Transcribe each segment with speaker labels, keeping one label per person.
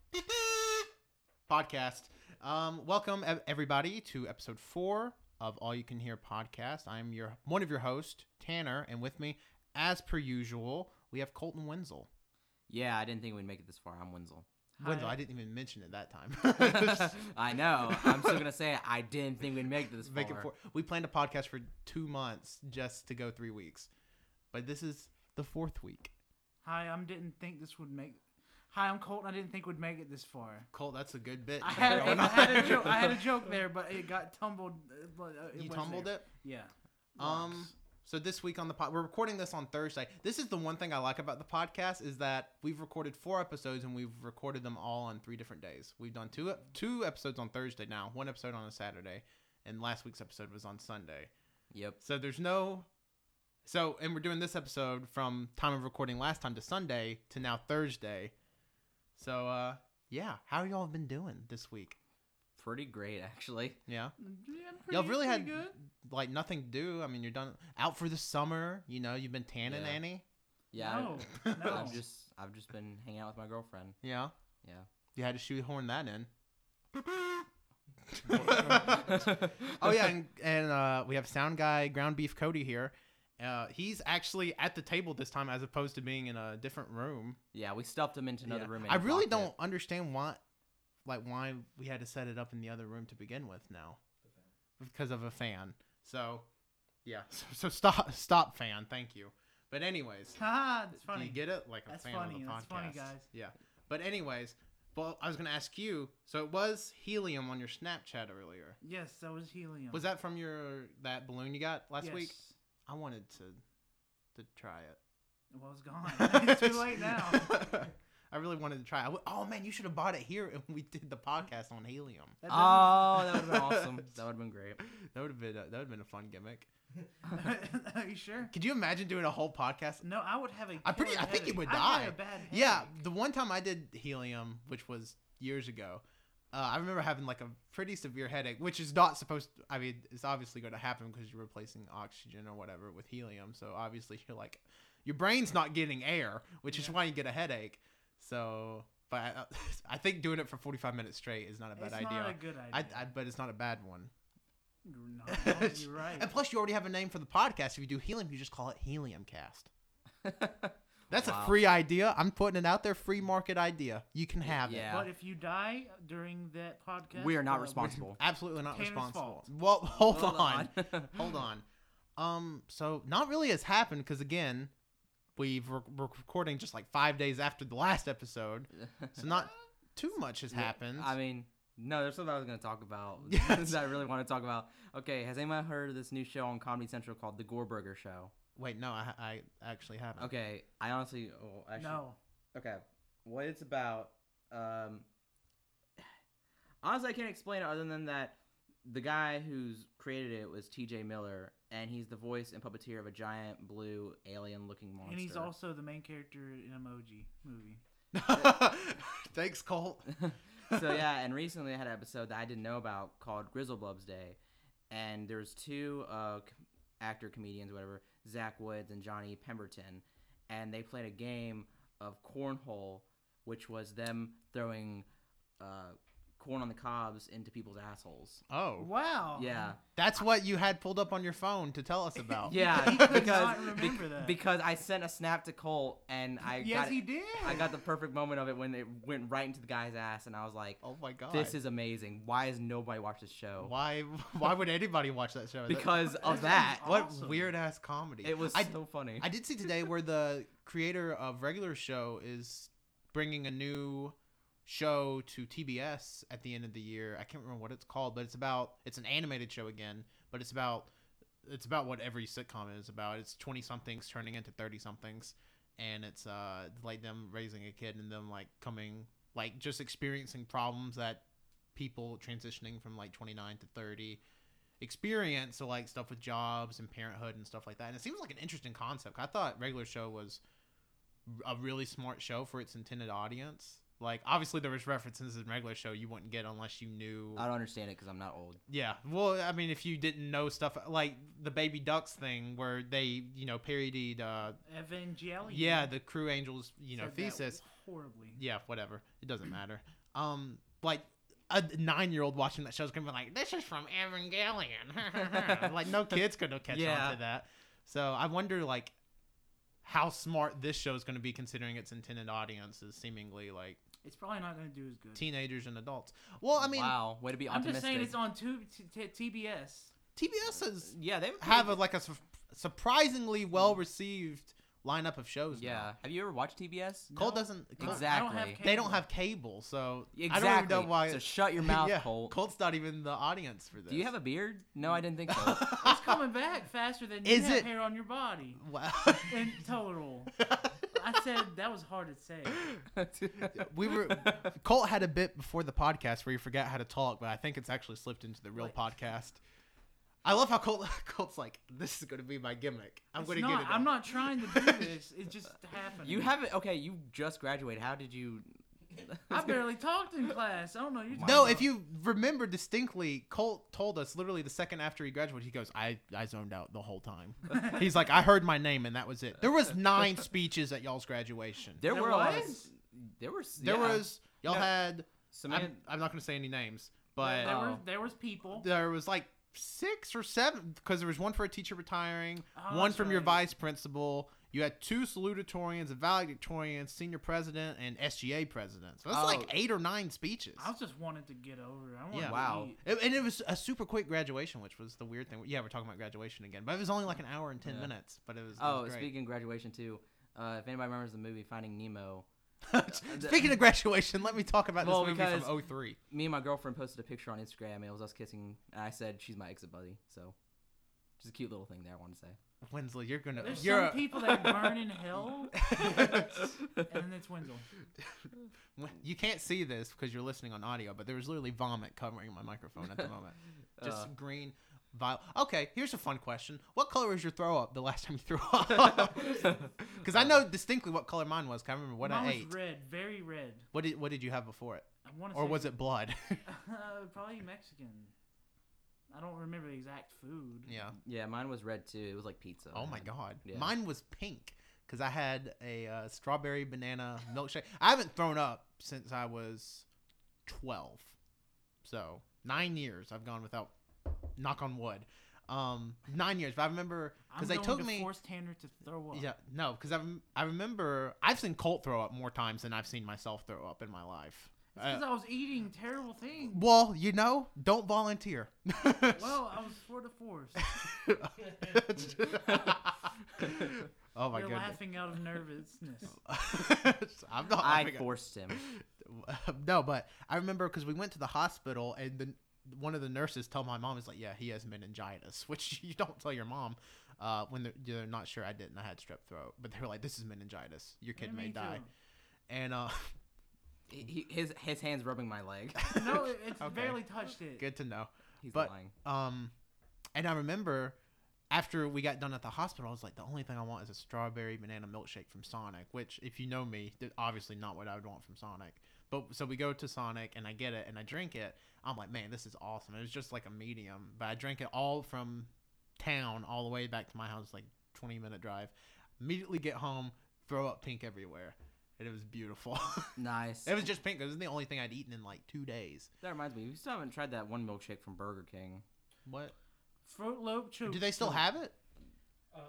Speaker 1: podcast. Um, welcome ev- everybody to episode four of All You Can Hear podcast. I'm your one of your hosts, Tanner, and with me, as per usual, we have Colton Wenzel.
Speaker 2: Yeah, I didn't think we'd make it this far. I'm Wenzel.
Speaker 1: Wenzel, I didn't even mention it that time.
Speaker 2: I know. I'm still gonna say it. I didn't think we'd make it this
Speaker 1: Make
Speaker 2: far.
Speaker 1: it four. We planned a podcast for two months just to go three weeks, but this is the fourth week.
Speaker 3: Hi, I didn't think this would make. Hi, I'm Colton. I didn't think would make it this far.
Speaker 1: Colt, that's a good bit.
Speaker 3: I had,
Speaker 1: Going
Speaker 3: I had a
Speaker 1: on.
Speaker 3: joke. I had a joke there, but it got tumbled. uh, but, uh,
Speaker 1: you
Speaker 3: was
Speaker 1: tumbled
Speaker 3: there.
Speaker 1: it.
Speaker 3: Yeah.
Speaker 1: Um, so this week on the pod, we're recording this on Thursday. This is the one thing I like about the podcast is that we've recorded four episodes and we've recorded them all on three different days. We've done two two episodes on Thursday now, one episode on a Saturday, and last week's episode was on Sunday.
Speaker 2: Yep.
Speaker 1: So there's no, so and we're doing this episode from time of recording last time to Sunday to now Thursday. So uh, yeah, how y'all been doing this week?
Speaker 2: Pretty great, actually.
Speaker 1: Yeah.
Speaker 3: Yeah,
Speaker 1: Y'all
Speaker 3: pretty-
Speaker 1: really
Speaker 3: pretty
Speaker 1: had like nothing to do. I mean, you're done out for the summer. You know, you've been tanning,
Speaker 2: Yeah.
Speaker 1: Annie.
Speaker 2: Yeah.
Speaker 3: No,
Speaker 2: I,
Speaker 3: no.
Speaker 2: I've just I've just been hanging out with my girlfriend.
Speaker 1: Yeah.
Speaker 2: Yeah.
Speaker 1: You had to shoehorn that in.
Speaker 2: oh
Speaker 1: oh yeah, and, and uh, we have sound guy ground beef Cody here. Uh, he's actually at the table this time, as opposed to being in a different room.
Speaker 2: Yeah, we stuffed him into another
Speaker 1: Yeah.
Speaker 2: room. and
Speaker 1: I really
Speaker 2: locked
Speaker 1: don't
Speaker 2: it.
Speaker 1: understand why, like why we had to set it up in the other room to begin with now, because of a fan. So, yeah. So, so stop, stop, fan. Thank you. But anyways,
Speaker 3: Ha, that's
Speaker 1: Do
Speaker 3: funny.
Speaker 1: you get it? Like a
Speaker 3: That's
Speaker 1: fan of
Speaker 3: funny,
Speaker 1: the podcast.
Speaker 3: that's funny, guys.
Speaker 1: Yeah. But anyways, well, I was gonna ask you. So it was helium on your Snapchat earlier.
Speaker 3: yes, that was helium.
Speaker 1: Was that from your that balloon you got last
Speaker 3: Yes.
Speaker 1: week? I wanted to to try it.
Speaker 3: Well, it's gone. it's too late now.
Speaker 1: I really wanted to try. it. I w- oh man, you should have bought it here and we did the podcast on helium.
Speaker 3: That
Speaker 2: Oh, that would have been awesome. That would have been great.
Speaker 1: That would have been a, that would have been a fun gimmick.
Speaker 3: doesn't- Are you sure?
Speaker 1: Could you imagine doing a whole podcast
Speaker 3: No, I would have a.
Speaker 1: I pretty-
Speaker 3: killer
Speaker 1: I think you
Speaker 3: headache.
Speaker 1: would
Speaker 3: I'd have
Speaker 1: die.
Speaker 3: a bad
Speaker 1: Yeah,
Speaker 3: headache.
Speaker 1: the one time I did helium, which was years ago, uh, I remember having like a pretty severe headache, which is not supposed. I mean, it's obviously going to happen because you're replacing oxygen or whatever with helium. So obviously, you're like, your brain's not getting air, which is
Speaker 3: Yeah.
Speaker 1: why you get a headache. So, but I, I think doing it for 45 minutes straight is not a bad
Speaker 3: It's
Speaker 1: idea.
Speaker 3: not a good
Speaker 1: I,
Speaker 3: idea.
Speaker 1: I, but it's not a bad one.
Speaker 3: You're not- you're right.
Speaker 1: And plus, you already have a name for the podcast. If you do helium, you just call it Helium Cast. That's
Speaker 2: Wow.
Speaker 1: a free idea. I'm putting it out there. Free market idea. You can have
Speaker 2: Yeah.
Speaker 3: But if you die during that podcast,
Speaker 2: We are not
Speaker 3: uh,
Speaker 2: responsible.
Speaker 1: it. Absolutely not
Speaker 3: Tanner's
Speaker 1: responsible.
Speaker 3: fault.
Speaker 1: Well, hold, on.
Speaker 2: on.
Speaker 1: hold on. Um. So not really has happened because again, we've re- we're recording just like five days after the last episode, so not too much has
Speaker 2: Yeah,
Speaker 1: happened.
Speaker 2: I mean, no, there's something I was going to talk about
Speaker 1: Yes.
Speaker 2: that I really want to talk about. Okay, has anyone heard of this new show on Comedy Central called The Gore Burger Show?
Speaker 1: Wait, no, I, I actually haven't.
Speaker 2: Okay, I honestly, oh, actually,
Speaker 3: No.
Speaker 2: Okay, what it's about? Um, honestly, I can't explain it other than that the guy who's created it was T.J. Miller, and he's the voice and puppeteer of a giant blue alien-looking monster.
Speaker 3: And he's also the main character in Emoji movie.
Speaker 1: Thanks, Colt.
Speaker 2: so yeah, and recently I had an episode that I didn't know about called Grizzleblubs Day, and there was two uh, c- actor comedians, whatever, Zach Woods and Johnny Pemberton, and they played a game of cornhole, which was them throwing uh, corn on the cobs into people's assholes.
Speaker 1: Oh,
Speaker 3: Wow.
Speaker 2: Yeah,
Speaker 1: that's what you had pulled up on your phone to tell us about.
Speaker 2: yeah,
Speaker 3: He could
Speaker 2: because
Speaker 3: Oh. not
Speaker 2: bec-
Speaker 3: remember that.
Speaker 2: because I sent a snap to Cole and I
Speaker 3: yes,
Speaker 2: got
Speaker 3: he did.
Speaker 2: I got the perfect moment of it when it went right into the guy's ass, and I was like.
Speaker 1: Oh my god.
Speaker 2: This is amazing. Why has nobody watched this show?
Speaker 1: why why would anybody watch that show? That-
Speaker 2: Because of that.
Speaker 3: That's awesome.
Speaker 1: what weird ass comedy.
Speaker 2: It was
Speaker 1: I,
Speaker 2: so funny.
Speaker 1: I did see today where the creator of regular show is bringing a new show to TBS at the end of the year. I can't remember what it's called, but it's about it's an animated show again, but it's about it's about what every sitcom is about. It's 20 somethings turning into 30 somethings and it's uh like them raising a kid and them like coming like just experiencing problems that people transitioning from like 29 to 30 experience so like stuff with jobs and parenthood and stuff like that and it seems like an interesting concept i thought regular show was a really smart show for its intended audience like obviously there was references in regular show you wouldn't get unless you knew
Speaker 2: I don't understand it because I'm not old.
Speaker 1: yeah well i mean if you didn't know stuff like the baby ducks thing where they you know parodied uh
Speaker 3: Evangelion.
Speaker 1: yeah the crew angels you know
Speaker 3: Oh, said that
Speaker 1: thesis
Speaker 3: horribly.
Speaker 1: yeah, whatever. It doesn't matter. Um, like a nine year old watching that show is gonna be like, "This is from Evangelion." like no kid's gonna catch
Speaker 2: Yeah.
Speaker 1: on to that. So I wonder like how smart this show is gonna be considering its intended audience is seemingly like
Speaker 3: It's probably not going to do as good.
Speaker 1: teenagers and adults. Well, I mean,
Speaker 2: wow, way to be
Speaker 3: I'm
Speaker 2: optimistic.
Speaker 3: just saying it's on two, t- t- TBS.
Speaker 1: TBS has
Speaker 2: Yeah, they
Speaker 1: have a, like a su- surprisingly well received lineup of shows. now.
Speaker 2: Yeah, have you ever watched TBS?
Speaker 1: Cole
Speaker 3: No.
Speaker 1: doesn't. Cole-
Speaker 2: Exactly.
Speaker 3: I don't have
Speaker 1: They don't
Speaker 3: cable.
Speaker 1: have cable, so
Speaker 2: Exactly.
Speaker 1: I don't even know why.
Speaker 2: So shut your mouth,
Speaker 1: yeah,
Speaker 2: Cole.
Speaker 1: Colt's not even the audience for this.
Speaker 2: Do you have a beard? No, I didn't think so.
Speaker 3: It's coming back faster than you
Speaker 1: Is
Speaker 3: have
Speaker 1: it-
Speaker 3: hair on your body.
Speaker 1: wow.
Speaker 3: In total, I said that was hard to say.
Speaker 1: we were Colt had a bit before the podcast where you forgot how to talk, but I think it's actually slipped into the real
Speaker 3: Wait.
Speaker 1: podcast. I love how Colt Colt's like, this is gonna be my gimmick. I'm
Speaker 3: It's
Speaker 1: gonna
Speaker 3: not-
Speaker 1: get it.
Speaker 3: I'm
Speaker 1: out."
Speaker 3: not trying to do this. It just happened.
Speaker 2: you haven't. Okay, you just graduated. How did you?
Speaker 3: I barely talked in class. I don't know. You're talking
Speaker 1: No,
Speaker 3: about-
Speaker 1: if you remember distinctly, Colt told us literally the second after he graduated, he goes, I, I zoned out the whole time. He's like, I heard my name and that was it. There was nine speeches at y'all's graduation.
Speaker 2: There,
Speaker 3: There
Speaker 2: were a lot of
Speaker 3: was?
Speaker 2: s- There were. s-
Speaker 1: There
Speaker 2: yeah.
Speaker 1: was y'all
Speaker 2: No.
Speaker 1: had
Speaker 2: Samantha.
Speaker 1: I'm, I'm not gonna say any names,
Speaker 3: there,
Speaker 1: but
Speaker 3: there were
Speaker 2: Oh.
Speaker 3: there was people.
Speaker 1: there was like six or seven because there was one for a teacher retiring,
Speaker 3: Oh,
Speaker 1: one
Speaker 3: that's
Speaker 1: from your
Speaker 3: right.
Speaker 1: vice principal. You had two salutatorians, a valedictorian, senior president, and SGA president. So that's
Speaker 2: Oh.
Speaker 1: like eight or nine speeches.
Speaker 3: I just wanted to get over. it. I wanted
Speaker 1: Yeah.
Speaker 3: to
Speaker 2: Wow.
Speaker 3: eat.
Speaker 1: It- and it was a super quick graduation, which was the weird thing. Yeah, we're talking about graduation again, but it was only like an hour and ten
Speaker 2: Yeah.
Speaker 1: minutes. But it was. It
Speaker 2: Oh,
Speaker 1: was great.
Speaker 2: speaking of graduation too, uh, if anybody remembers the movie Finding Nemo,
Speaker 1: speaking of graduation, let me talk about
Speaker 2: Well,
Speaker 1: this movie from
Speaker 2: because-
Speaker 1: 03.
Speaker 2: me and my girlfriend posted a picture on Instagram. It was us kissing, and I said she's my exit buddy. So, just a cute little thing there. I want to say.
Speaker 1: Wensley, you're gonna.
Speaker 3: There's
Speaker 1: you're
Speaker 3: some
Speaker 1: a-
Speaker 3: people that burn in hell, and then it's Wendell.
Speaker 1: You can't see this because you're listening on audio, but there was literally vomit covering my microphone at the moment. Just
Speaker 2: Uh.
Speaker 1: green, violet. Okay, here's a fun question. What color was your throw up the last time you threw up? Because I know distinctly what color mine was. 'cause I remember what
Speaker 3: Mine
Speaker 1: I
Speaker 3: was
Speaker 1: ate.
Speaker 3: red, very red.
Speaker 1: What did What did you have before it,
Speaker 3: I want to.
Speaker 1: or was it blood?
Speaker 3: Uh, probably Mexican? I don't remember the exact food.
Speaker 1: yeah.
Speaker 2: yeah, mine was red too. It was like pizza.
Speaker 1: Oh my god.
Speaker 2: Yeah.
Speaker 1: Mine was pink because I had a uh, strawberry banana milkshake. I haven't thrown up since I was twelve, so nine years I've gone without. Knock on wood. Um, nine years. But I remember
Speaker 3: I'm
Speaker 1: because they
Speaker 3: going
Speaker 1: took
Speaker 3: to
Speaker 1: me.
Speaker 3: force Tanner to throw up.
Speaker 1: Yeah, no, because I rem- I remember I've seen Colt throw up more times than I've seen myself throw up in my life. Uh,
Speaker 3: because I was eating terrible things.
Speaker 1: well, you know, don't volunteer.
Speaker 3: Well, I was for the force.
Speaker 1: oh my
Speaker 3: You're
Speaker 1: goodness.
Speaker 3: laughing out of nervousness.
Speaker 1: I'm not
Speaker 2: I
Speaker 1: laughing at-
Speaker 2: forced him.
Speaker 1: no, but I remember because we went to the hospital and the one of the nurses tell my mom is like, yeah, he has meningitis, which you don't tell your mom uh, when they're, they're not sure I didn't. I had strep throat, but they were like, this is meningitis. Your kid
Speaker 3: Yeah,
Speaker 1: may
Speaker 3: me
Speaker 1: die.
Speaker 3: too.
Speaker 1: And uh,
Speaker 2: He, he- his his hands rubbing my leg.
Speaker 3: No, it- it's
Speaker 1: Okay.
Speaker 3: barely touched it.
Speaker 1: good to know.
Speaker 2: He's
Speaker 1: But-
Speaker 2: lying.
Speaker 1: Um, and I remember after we got done at the hospital, I was like, the only thing I want is a strawberry banana milkshake from Sonic, which, if you know me, th- obviously not what I would want from Sonic. But so we go to Sonic and I get it and I drink it. I'm like, man, this is awesome. It was just like a medium, but I drank it all from town all the way back to my house, like 20 minute drive. Immediately get home, throw up pink everywhere. And it was beautiful.
Speaker 2: Nice.
Speaker 1: it was just pink. 'cause It was the only thing I'd eaten in like two days.
Speaker 2: that reminds me. We still haven't tried that one milkshake from Burger King.
Speaker 1: What?
Speaker 3: Fruit Loop Troop.
Speaker 1: Do they still have it?
Speaker 4: Uh,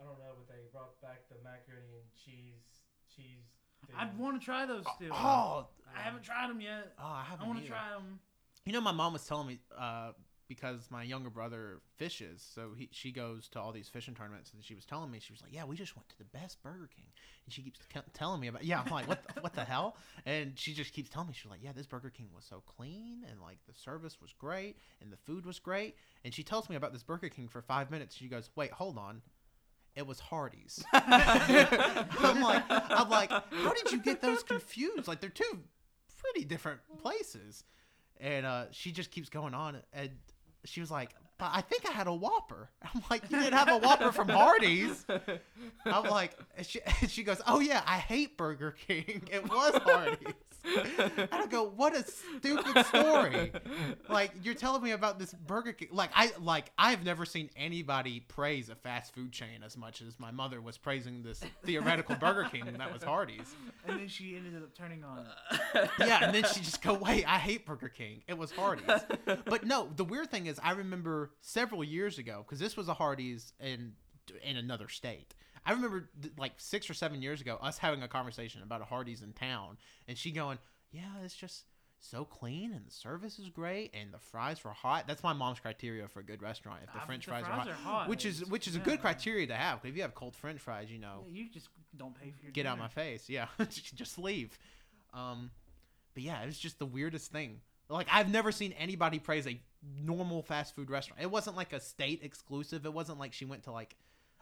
Speaker 4: I don't know, but they brought back the macaroni and cheese cheese. Thing.
Speaker 3: I'd want to try those still.
Speaker 1: Oh,
Speaker 3: I haven't tried them yet.
Speaker 1: Oh, I
Speaker 3: I
Speaker 1: haven't.
Speaker 3: want to
Speaker 1: either.
Speaker 3: try them.
Speaker 1: You know, my mom was telling me uh, because my younger brother fishes, so he, she goes to all these fishing tournaments, and she was telling me she was like, "Yeah, we just went to the best Burger King," and she keeps t- telling me about. Yeah, I'm like, "What? The, what the hell?" And she just keeps telling me she's like, "Yeah, this Burger King was so clean, and like the service was great, and the food was great." And she tells me about this Burger King for five minutes. She goes, "Wait, hold on." It was Hardee's. I'm like, I'm like, how did you get those confused? Like they're two pretty different places. And uh, she just keeps going on, and she was like, "But I think I had a Whopper." I'm like, "You didn't have a Whopper from Hardee's." I'm like, and she, and she goes, "Oh yeah, I hate Burger King. It was Hardee's." And I go, what a stupid story. Like you're telling me about this Burger King. Like I like I've never seen anybody praise a fast food chain as much as my mother was praising this theoretical Burger King that was Hardee's.
Speaker 3: and then she ended up turning on.
Speaker 1: Uh,
Speaker 3: it.
Speaker 1: Yeah, and then she just go, wait, I hate Burger King. It was Hardee's. But no, the weird thing is, I remember several years ago because this was a Hardee's in in another state. I remember th- like six or seven years ago us having a conversation about a Hardee's in town, and she going, "Yeah, it's just so clean, and the service is great, and the fries were hot. That's my mom's criteria for a good restaurant. If Uh, the
Speaker 3: I-
Speaker 1: French
Speaker 3: the
Speaker 1: fries, are, hot, which is which is a
Speaker 3: Yeah.
Speaker 1: good criteria to have. 'cause if you have cold French fries, you know
Speaker 3: Yeah, you just don't pay for your
Speaker 1: get out
Speaker 3: dinner.
Speaker 1: my face. Yeah, just leave. Um, but yeah, it was just the weirdest thing. Like I've never seen anybody praise a normal fast food restaurant. It wasn't like a state exclusive. It wasn't like she went to like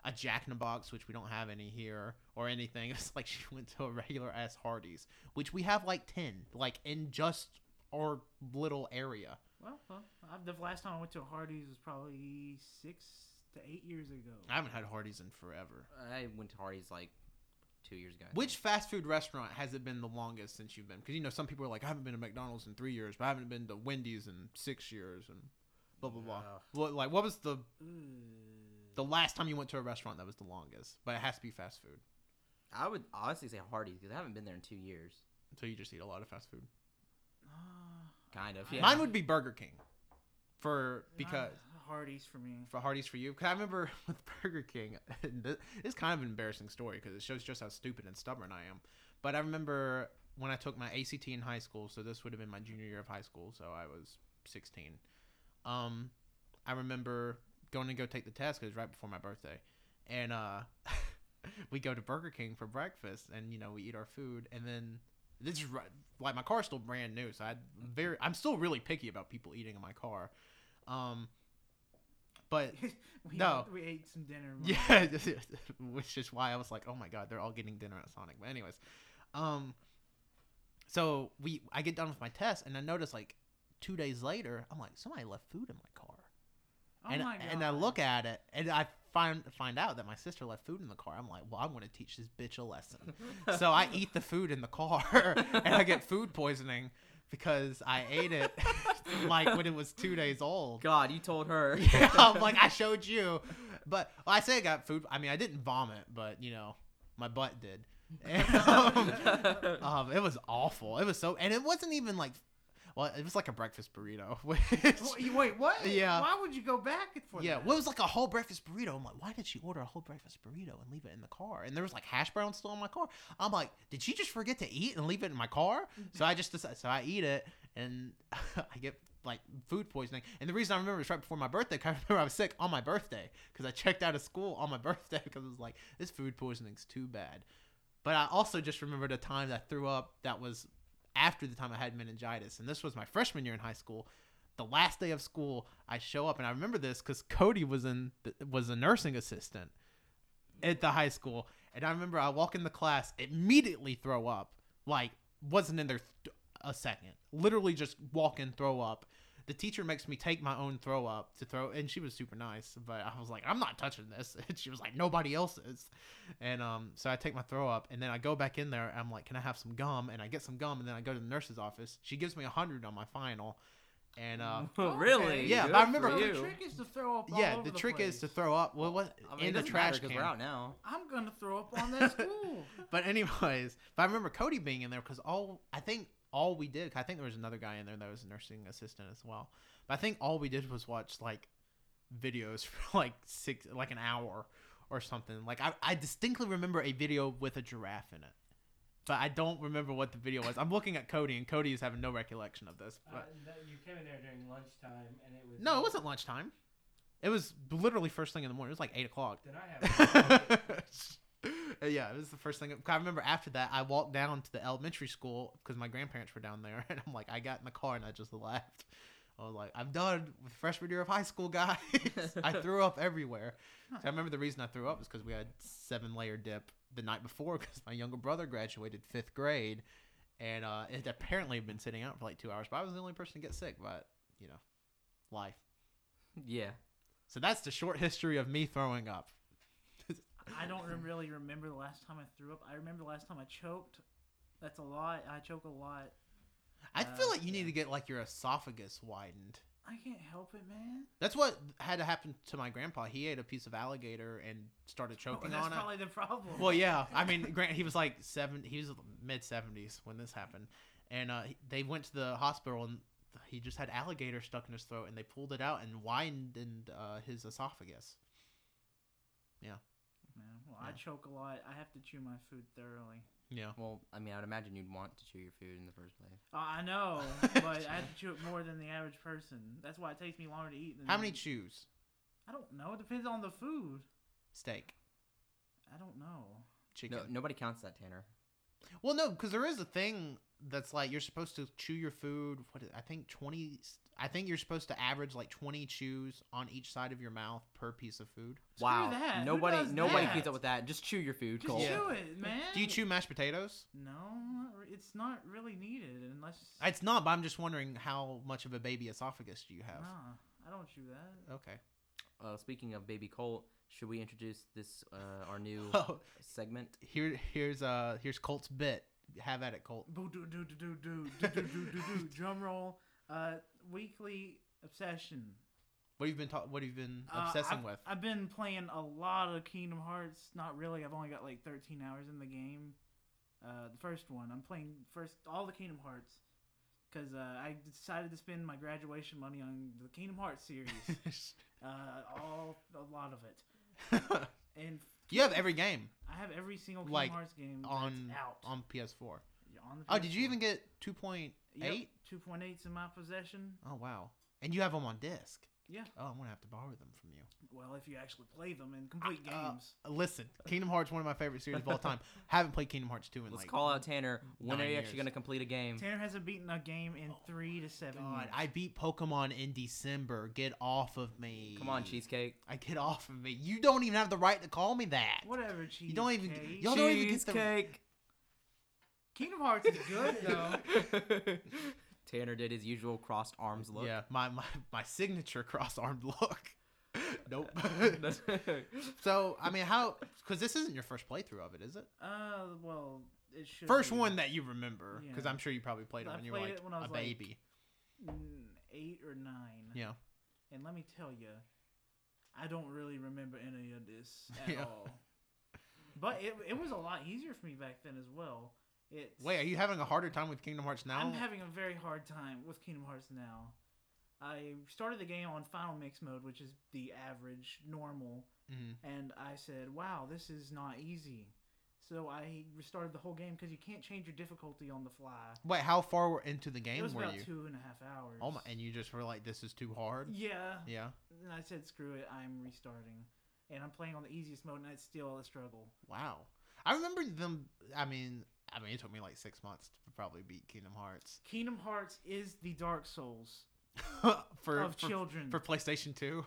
Speaker 1: a Jack in the Box, which we don't have any here or anything. It's like she went to a regular ass Hardee's, which we have like ten, like in just our little area.
Speaker 3: Well, well I've, the last time I went to a Hardee's was probably six to eight years ago.
Speaker 1: I haven't had Hardee's in forever.
Speaker 2: I went to Hardy's like two years ago. I
Speaker 1: Which fast food restaurant has it been the longest since you've been? Because you know some people are like, I haven't been to McDonald's in three years, but I haven't been to Wendy's in six years, and blah blah blah.
Speaker 2: No.
Speaker 1: What like what was the
Speaker 3: Ooh.
Speaker 1: the last time you went to a restaurant that was the longest? But it has to be fast food,
Speaker 2: think. I would honestly say Hardy's because I haven't been there in two years.
Speaker 1: so you just eat a lot of fast food.
Speaker 3: Ah,
Speaker 2: Kind of. Yeah.
Speaker 1: Mine would be Burger King, for because
Speaker 3: not Ah, Hardee's for me.
Speaker 1: for Hardee's for you. Because I remember with Burger King, this is kind of an embarrassing story because it shows just how stupid and stubborn I am. But I remember when I took my ACT in high school, so this would have been my junior year of high school, so I was 16. Um, I remember going to go take the test because it was right before my birthday, and uh, we go to Burger King for breakfast, and you know we eat our food, and then this is right, like my car's still brand new, so I very I'm still really picky about people eating in my car. Um, but
Speaker 3: we
Speaker 1: No.
Speaker 3: we ate some dinner. Mom.
Speaker 1: yeah, which is why I was like, oh my god, they're all getting dinner at Sonic. But anyways, um, so we I get done with my test and I notice like two days later, I'm like, somebody left food in my car,
Speaker 3: Oh
Speaker 1: and
Speaker 3: my God.
Speaker 1: and I look at it and I find find out that my sister left food in the car. I'm like, well, I'm gonna teach this bitch a lesson. so I eat the food in the car and I get food poisoning because I ate it like when it was two days old.
Speaker 2: God, you told her.
Speaker 1: Yeah, I'm like I showed you, but well, I say I got food. I mean, I didn't vomit, but you know, my butt did. And, um, um, it was awful. It was so, and it wasn't even like, well, it was like a breakfast burrito. Which,
Speaker 3: Wha- you- Wait, what?
Speaker 1: Yeah.
Speaker 3: Why would you go back for
Speaker 1: yeah,
Speaker 3: that?
Speaker 1: well, it was like a whole breakfast burrito. I'm like, why did she order a whole breakfast burrito and leave it in the car? And there was like hash browns still in my car. I'm like, did she just forget to eat and leave it in my car? So I just decided, so I eat it and I get like food poisoning. And the reason I remember is right before my birthday. 'cause I remember I was sick on my birthday because I checked out of school on my birthday because it was like this food poisoning's too bad. But I also just remembered a time that I threw up that was after the time I had meningitis, and this was my freshman year in high school. The last day of school, I show up, and I remember this because Cody was in was a nursing assistant at the high school, and I remember I walk in the class, immediately throw up, like wasn't in there th- a second, literally just walk in, throw up. The teacher makes me take my own throw up to throw, and she was super nice, but I was like, I'm not touching this. And she was like, nobody else is. And um, so I take my throw up, and then I go back in there. And I'm like, "Can I have some gum?" And I get some gum, and then I go to the nurse's office. She gives me a hundred on my final, and uh,
Speaker 2: really?
Speaker 1: Yeah,
Speaker 2: Good
Speaker 1: but I remember-
Speaker 2: for
Speaker 3: So
Speaker 2: you.
Speaker 3: the trick is to throw up. all
Speaker 1: yeah,
Speaker 3: over
Speaker 1: the trick is to
Speaker 3: place.
Speaker 1: throw up. Well, what
Speaker 2: I mean,
Speaker 1: in the trash can?
Speaker 2: We're out now.
Speaker 3: I'm gonna throw up on that school.
Speaker 1: But anyways, but I remember Cody being in there because all I think all we did. I think there was another guy in there that was a nursing assistant as well. But I think all we did was watch like videos for like six, like an hour or something. Like I, I distinctly remember a video with a giraffe in it. But I don't remember what the video was. I'm looking at Cody, and Cody is having no recollection of this.
Speaker 4: Uh,
Speaker 1: But
Speaker 4: that- you came in there during lunchtime, and it
Speaker 3: Uh,
Speaker 4: was
Speaker 1: no, it wasn't lunchtime. It was literally first thing in the morning. It was like eight o'clock.
Speaker 4: Then I have.
Speaker 1: yeah, it was the first thing. I remember after that, I walked down to the elementary school because my grandparents were down there, and I'm like, I got in the car and I just left. I was like, I'm done with freshman year of high school, guys. I threw up everywhere. So I remember the reason I threw up was because we had seven layer dip the night before because my younger brother graduated fifth grade, and uh, it apparently had been sitting out for like two hours. But I was the only person to get sick. But you know, life.
Speaker 2: Yeah.
Speaker 1: So that's the short history of me throwing up.
Speaker 3: I don't rem- really remember the last time I threw up. I remember the last time I choked, That's a lot. I choke a lot.
Speaker 1: I feel
Speaker 3: Uh,
Speaker 1: like you need
Speaker 3: yeah.
Speaker 1: to get like your esophagus widened.
Speaker 3: I can't help it, man.
Speaker 1: That's what had to happen to my grandpa. He ate a piece of alligator and started choking
Speaker 3: that's
Speaker 1: on it.
Speaker 3: probably the problem.
Speaker 1: Well, yeah. I mean, Grant, he was like seven. He was mid seventies when this happened, and uh, he- they went to the hospital and he just had alligator stuck in his throat, and they pulled it out and widened uh, his esophagus.
Speaker 3: Man, well, I
Speaker 1: Yeah.
Speaker 3: choke a lot. I have to chew my food thoroughly.
Speaker 1: Yeah.
Speaker 2: Well, I mean, I would imagine you'd want to chew your food in the first place.
Speaker 3: Uh, I know, but I have to chew it more than the average person. That's why it takes me longer to eat. Than
Speaker 1: How many chews?
Speaker 3: I don't know. It depends on the food.
Speaker 1: Steak,
Speaker 3: I don't know.
Speaker 1: chicken.
Speaker 2: No, nobody counts that, Tanner.
Speaker 1: Well, no, because there is a thing that's like you're supposed to chew your food. What is- I think twenty. I think you're supposed to average like twenty chews on each side of your mouth per piece of food.
Speaker 3: Screw that. Who
Speaker 2: Nobody,
Speaker 3: does
Speaker 2: nobody
Speaker 3: that?
Speaker 2: keeps up with that. Just chew your food,
Speaker 3: Just
Speaker 2: Cole.
Speaker 1: Yeah.
Speaker 3: chew it, man.
Speaker 1: Do you chew mashed potatoes?
Speaker 3: No, not re- it's not really needed unless.
Speaker 1: It's not, but I'm just wondering how much of a baby esophagus do you have?
Speaker 3: Nah, I don't chew that.
Speaker 1: Okay.
Speaker 2: Uh, speaking of baby Colt, should we introduce this uh, our new
Speaker 1: Oh,
Speaker 2: segment?
Speaker 1: here, here's uh, here's Colt's bit. Have at it, Colt.
Speaker 3: Boo doo doo doo doo doo doo doo doo doo doo. Drum roll. Uh, weekly obsession.
Speaker 1: What have you been ta- What have you been
Speaker 3: Uh,
Speaker 1: obsessing
Speaker 3: I've,
Speaker 1: with?
Speaker 3: I've been playing a lot of Kingdom Hearts. Not really. I've only got like 13 hours in the game. Uh, the first one. I'm playing first all the Kingdom Hearts because uh, I decided to spend my graduation money on the Kingdom Hearts series. uh, all a lot of it. And
Speaker 1: you have every game
Speaker 3: I have every single Kingdom
Speaker 1: Like,
Speaker 3: Hearts game that's
Speaker 1: on
Speaker 3: out
Speaker 1: on PS4.
Speaker 3: on the
Speaker 1: Oh, did you
Speaker 3: PS4.
Speaker 1: even get 2.8?
Speaker 3: Yep, 2.8's in my possession.
Speaker 1: Oh wow! And you have them on disc.
Speaker 3: Yeah.
Speaker 1: Oh, I'm gonna have to borrow them from you.
Speaker 3: Well, if you actually play them and complete
Speaker 1: Uh,
Speaker 3: games.
Speaker 1: Listen, Kingdom Hearts one of my favorite series of all time. Haven't played Kingdom Hearts two in
Speaker 2: Let's
Speaker 1: like
Speaker 2: call out Tanner. When are
Speaker 1: nine
Speaker 2: you actually
Speaker 1: years.
Speaker 2: going to complete a game?
Speaker 3: Tanner hasn't beaten a game in
Speaker 1: Oh
Speaker 3: three to seven
Speaker 1: God,
Speaker 3: years.
Speaker 1: I beat Pokemon in December. Get off of me.
Speaker 2: Come on, cheesecake.
Speaker 1: I get off of me. You don't even have the right to call me that.
Speaker 3: Whatever, cheese.
Speaker 1: You don't even-
Speaker 3: cake.
Speaker 1: Y'all don't even get the-
Speaker 2: cheesecake.
Speaker 3: Kingdom Hearts is good though.
Speaker 2: Tanner did his usual crossed arms look.
Speaker 1: Yeah, my my, my signature cross armed look. nope.
Speaker 2: That's-
Speaker 1: so I mean, how? Because this isn't your first playthrough of it, is it?
Speaker 3: uh, well, it should.
Speaker 1: First
Speaker 3: be.
Speaker 1: one that you remember, because
Speaker 3: Yeah.
Speaker 1: I'm sure you probably played it
Speaker 3: I
Speaker 1: when you were
Speaker 3: played
Speaker 1: like
Speaker 3: it when I was,
Speaker 1: a
Speaker 3: like-
Speaker 1: baby.
Speaker 3: Mm, eight or nine.
Speaker 1: Yeah.
Speaker 3: And let me tell you, I don't really remember any of this at
Speaker 1: Yeah.
Speaker 3: all. But it it was a lot easier for me back then as well. It's
Speaker 1: Wait, are you having a harder time with Kingdom Hearts now?
Speaker 3: I'm having a very hard time with Kingdom Hearts now. I started the game on Final Mix mode, which is the average normal,
Speaker 1: Mhm.
Speaker 3: and I said, "Wow, this is not easy." So I restarted the whole game because you can't change your difficulty on the fly.
Speaker 1: Wait, how far were- into the
Speaker 3: it
Speaker 1: game
Speaker 3: was
Speaker 1: were
Speaker 3: about
Speaker 1: you?
Speaker 3: two and a half hours.
Speaker 1: Oh my! And you just were like, "This is too hard."
Speaker 3: Yeah,
Speaker 1: Yeah.
Speaker 3: and I said, "Screw it, I'm restarting," and I'm playing on the easiest mode, and it's still a struggle.
Speaker 1: Wow. I remember them. I mean, I mean, it took me like six months to probably beat Kingdom Hearts
Speaker 3: Kingdom Hearts is the Dark Souls
Speaker 1: for
Speaker 3: of
Speaker 1: for,
Speaker 3: children.
Speaker 1: for PlayStation Two.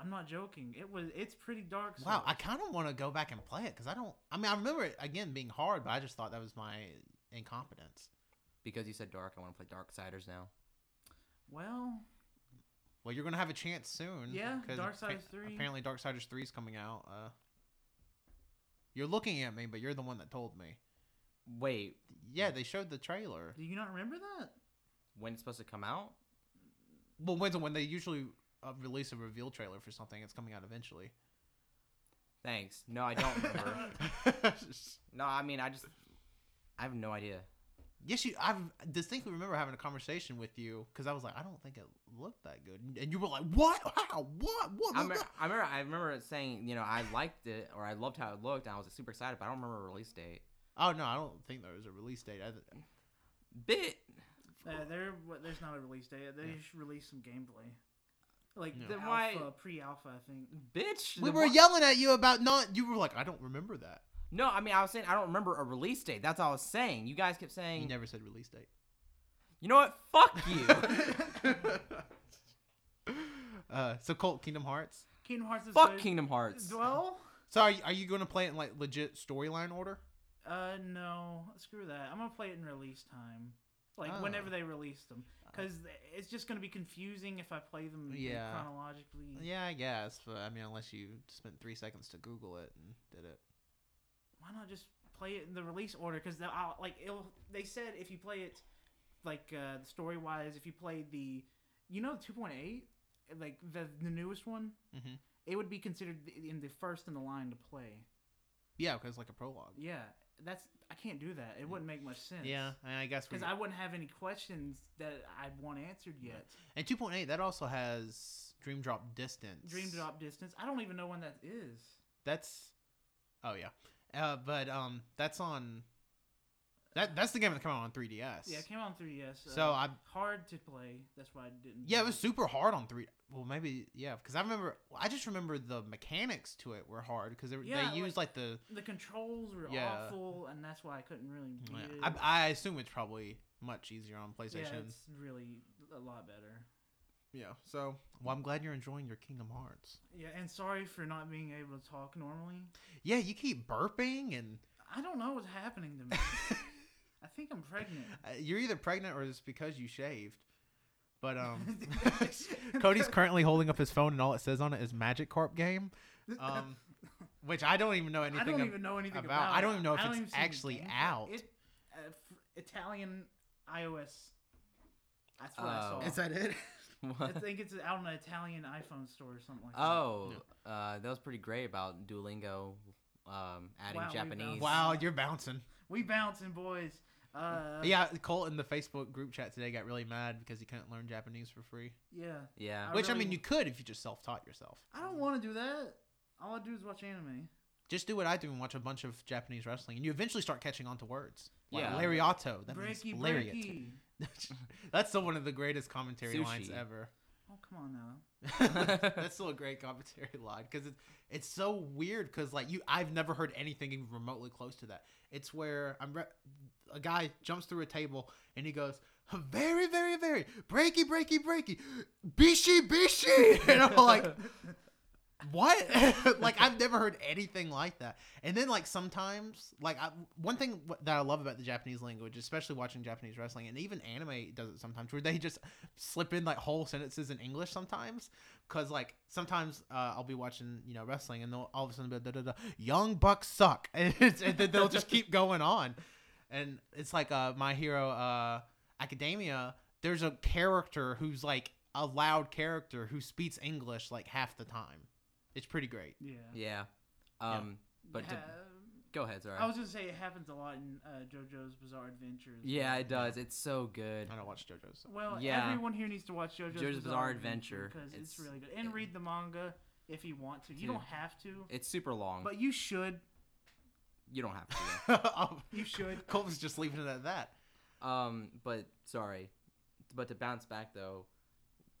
Speaker 3: I'm not joking. It was. It's pretty Dark Souls.
Speaker 1: Wow, I kind of want to go back and play it because I don't. I mean, I remember it again being hard, but I just thought that was my incompetence.
Speaker 2: because you said dark, I want to play Dark Siders now.
Speaker 3: well,
Speaker 1: Well, you're gonna have a chance soon.
Speaker 3: Yeah,
Speaker 1: 'cause
Speaker 3: Darksiders 3.
Speaker 1: Apparently, Darksiders Three is coming out. Uh, you're looking at me, but you're the one that told me.
Speaker 2: Wait,
Speaker 1: Yeah, they showed the trailer.
Speaker 3: do you not remember that?
Speaker 2: when it's supposed to come out?
Speaker 1: Well, when's when they usually uh, release a reveal trailer for something? It's coming out eventually.
Speaker 2: Thanks. No, I don't remember. no, I mean, I just, I have no idea.
Speaker 1: yes, you. I distinctly remember having a conversation with you because I was like, I don't think it looked that good, and you were like, What? How? What? What?
Speaker 2: I, remember, I remember, I remember saying, you know, I liked it or I loved how it looked, and I was super excited, but I don't remember a release date.
Speaker 1: Oh no, I don't think there was a release date. I, th-
Speaker 2: Bit.
Speaker 3: Uh, there, what- there's not a release date. They just released some gameplay, like
Speaker 1: Yeah.
Speaker 3: the
Speaker 2: Then why-
Speaker 3: alpha, pre-alpha, I think.
Speaker 2: Bitch.
Speaker 1: we
Speaker 2: the
Speaker 1: were
Speaker 2: wha-
Speaker 1: yelling at you about not. You were like, I don't remember that.
Speaker 2: No, I mean, I was saying I don't remember a release date. That's all I was saying. You guys kept saying,
Speaker 1: You
Speaker 2: you,
Speaker 1: never said release date.
Speaker 2: know what? Fuck you.
Speaker 1: uh, so Colt, Kingdom Hearts.
Speaker 3: Kingdom Hearts is
Speaker 2: Fuck
Speaker 3: good.
Speaker 2: Kingdom Hearts.
Speaker 3: Well,
Speaker 1: So are you, are you going to play it in like legit storyline order?
Speaker 3: uh, no, screw that. I'm gonna play it in release time, like
Speaker 1: Oh.
Speaker 3: whenever they release them, because it's just gonna be confusing if I play them like,
Speaker 1: Yeah.
Speaker 3: chronologically.
Speaker 1: Yeah, I guess. But I mean, unless you spent three seconds to Google it and did it.
Speaker 3: Why not just play it in the release order because like it'll, they said if you play it like uh, story wise, if you play the you know two point eight like the the newest one,
Speaker 1: Mhm.
Speaker 3: it would be considered th- in the first in the line to play.
Speaker 1: Yeah, because like a prologue.
Speaker 3: Yeah, that's I can't do that. It wouldn't make much sense.
Speaker 1: Yeah, I, mean, I guess. We,
Speaker 3: Because I wouldn't have any questions that I want answered yet.
Speaker 1: and 2.8 that also has Dream Drop Distance.
Speaker 3: Dream drop distance. I don't even know when that is.
Speaker 1: That's, oh yeah, uh, but um, that's on. That that's the game that came out on 3DS.
Speaker 3: Yeah, it came out on 3DS. uh,
Speaker 1: So I
Speaker 3: hard to play. That's why I didn't.
Speaker 1: yeah, it
Speaker 3: do
Speaker 1: was super hard on three. Well, maybe yeah, because I remember I just remember the mechanics to it were hard because they, were-
Speaker 3: Yeah,
Speaker 1: they used like, the.
Speaker 3: The controls were
Speaker 1: Yeah.
Speaker 3: awful, and that's why I couldn't really. Do
Speaker 1: yeah.
Speaker 3: it.
Speaker 1: I, I assume it's probably much easier on
Speaker 3: yeah,
Speaker 1: PlayStation.
Speaker 3: it's really a lot better.
Speaker 1: Yeah. So well, I'm glad you're enjoying your Kingdom Hearts.
Speaker 3: Yeah, and sorry for not being able to talk normally.
Speaker 1: Yeah, you keep burping and
Speaker 3: I don't know what's happening to me. I think I'm pregnant.
Speaker 1: Uh, You're either pregnant or it's because you shaved. But um, Cody's currently holding up his phone, and all it says on it is Magic Carp game, um, which I don't even know anything.
Speaker 3: I don't
Speaker 1: ab-
Speaker 3: even know anything
Speaker 1: about-
Speaker 3: about.
Speaker 1: I
Speaker 3: it.
Speaker 1: don't even know if it's
Speaker 3: even see the
Speaker 1: actually
Speaker 3: game.
Speaker 1: out.
Speaker 3: It, uh, f- Italian iOS. That's what I
Speaker 2: Oh.
Speaker 3: saw.
Speaker 2: Is
Speaker 5: that it?
Speaker 3: I
Speaker 2: What?
Speaker 3: think it's out on an Italian iPhone store or something like that.
Speaker 2: Oh, uh, that was pretty great about Duolingo um, adding
Speaker 3: Wow, we
Speaker 2: Japanese.
Speaker 3: bounced.
Speaker 1: Wow, you're bouncing.
Speaker 3: we bouncing boys. Uh,
Speaker 1: yeah, Colt in the Facebook group chat today got really mad because he couldn't learn Japanese for free.
Speaker 3: yeah.
Speaker 2: Yeah.
Speaker 3: I
Speaker 1: which I
Speaker 3: really-
Speaker 1: mean, you could if you just self-taught yourself.
Speaker 3: I don't want to do that. All I do is watch anime.
Speaker 1: Just do what I do and watch a bunch of Japanese wrestling, and you eventually start catching on to words. Like
Speaker 2: Yeah.
Speaker 1: lariato. That
Speaker 3: breaky,
Speaker 1: means lariat.
Speaker 3: breaky.
Speaker 1: That's still one of the greatest commentary lines
Speaker 2: Sushi.
Speaker 1: ever.
Speaker 3: Oh come on now.
Speaker 1: That's still a great commentary line because it's it's so weird because like you I've never heard anything even remotely close to that. It's where I'm re- a guy jumps through a table and he goes very very very breaky breaky breaky bishy bishy and I'm like what like I've never heard anything like that. And then like sometimes like I, one thing w- that I love about the Japanese language, especially watching Japanese wrestling and even anime does it sometimes where they just slip in like whole sentences in English sometimes. Cause like sometimes uh, I'll be watching you know wrestling and they'll all of a sudden be da da da young bucks suck and, it's, and then they'll just keep going on, and it's like uh my hero uh academia. There's a character who's like a loud character who speaks English like half the time. It's pretty great.
Speaker 3: Yeah.
Speaker 2: yeah. Um, But to-
Speaker 3: Ha-
Speaker 2: go ahead, sorry.
Speaker 3: I was gonna say it happens a lot in uh, JoJo's Bizarre Adventures.
Speaker 2: yeah, it does. It's so good.
Speaker 1: I don't watch JoJo's. so-
Speaker 3: Well,
Speaker 2: Yeah.
Speaker 3: everyone here needs to watch JoJo's,
Speaker 2: JoJo's Bizarre Adventure.
Speaker 3: because it's,
Speaker 2: It's-
Speaker 3: really good. And read the manga if you want to. You
Speaker 2: Dude.
Speaker 3: don't have to,
Speaker 2: It's super long.
Speaker 3: but you should.
Speaker 2: you don't have to. though.
Speaker 1: Oh,
Speaker 3: You should.
Speaker 1: Colton's just leaving it at that.
Speaker 2: Um, but sorry, but to bounce back though,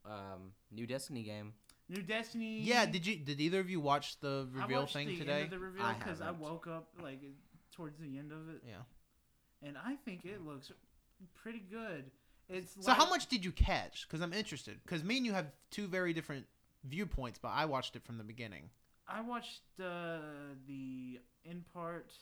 Speaker 2: um, new Destiny game.
Speaker 3: New Destiny.
Speaker 1: Yeah, did you did either of you watch the
Speaker 3: I
Speaker 1: reveal
Speaker 3: watched
Speaker 1: thing
Speaker 3: the
Speaker 1: today?
Speaker 3: End of the reveal
Speaker 2: I
Speaker 3: because I
Speaker 2: haven't.
Speaker 3: woke up like towards the end of it,
Speaker 1: yeah.
Speaker 3: and I think it looks pretty good. It's
Speaker 1: So how
Speaker 3: like-
Speaker 1: much did you catch? Because I'm interested. Because me and you have two very different viewpoints, but I watched it from the beginning.
Speaker 3: I watched uh, the end part.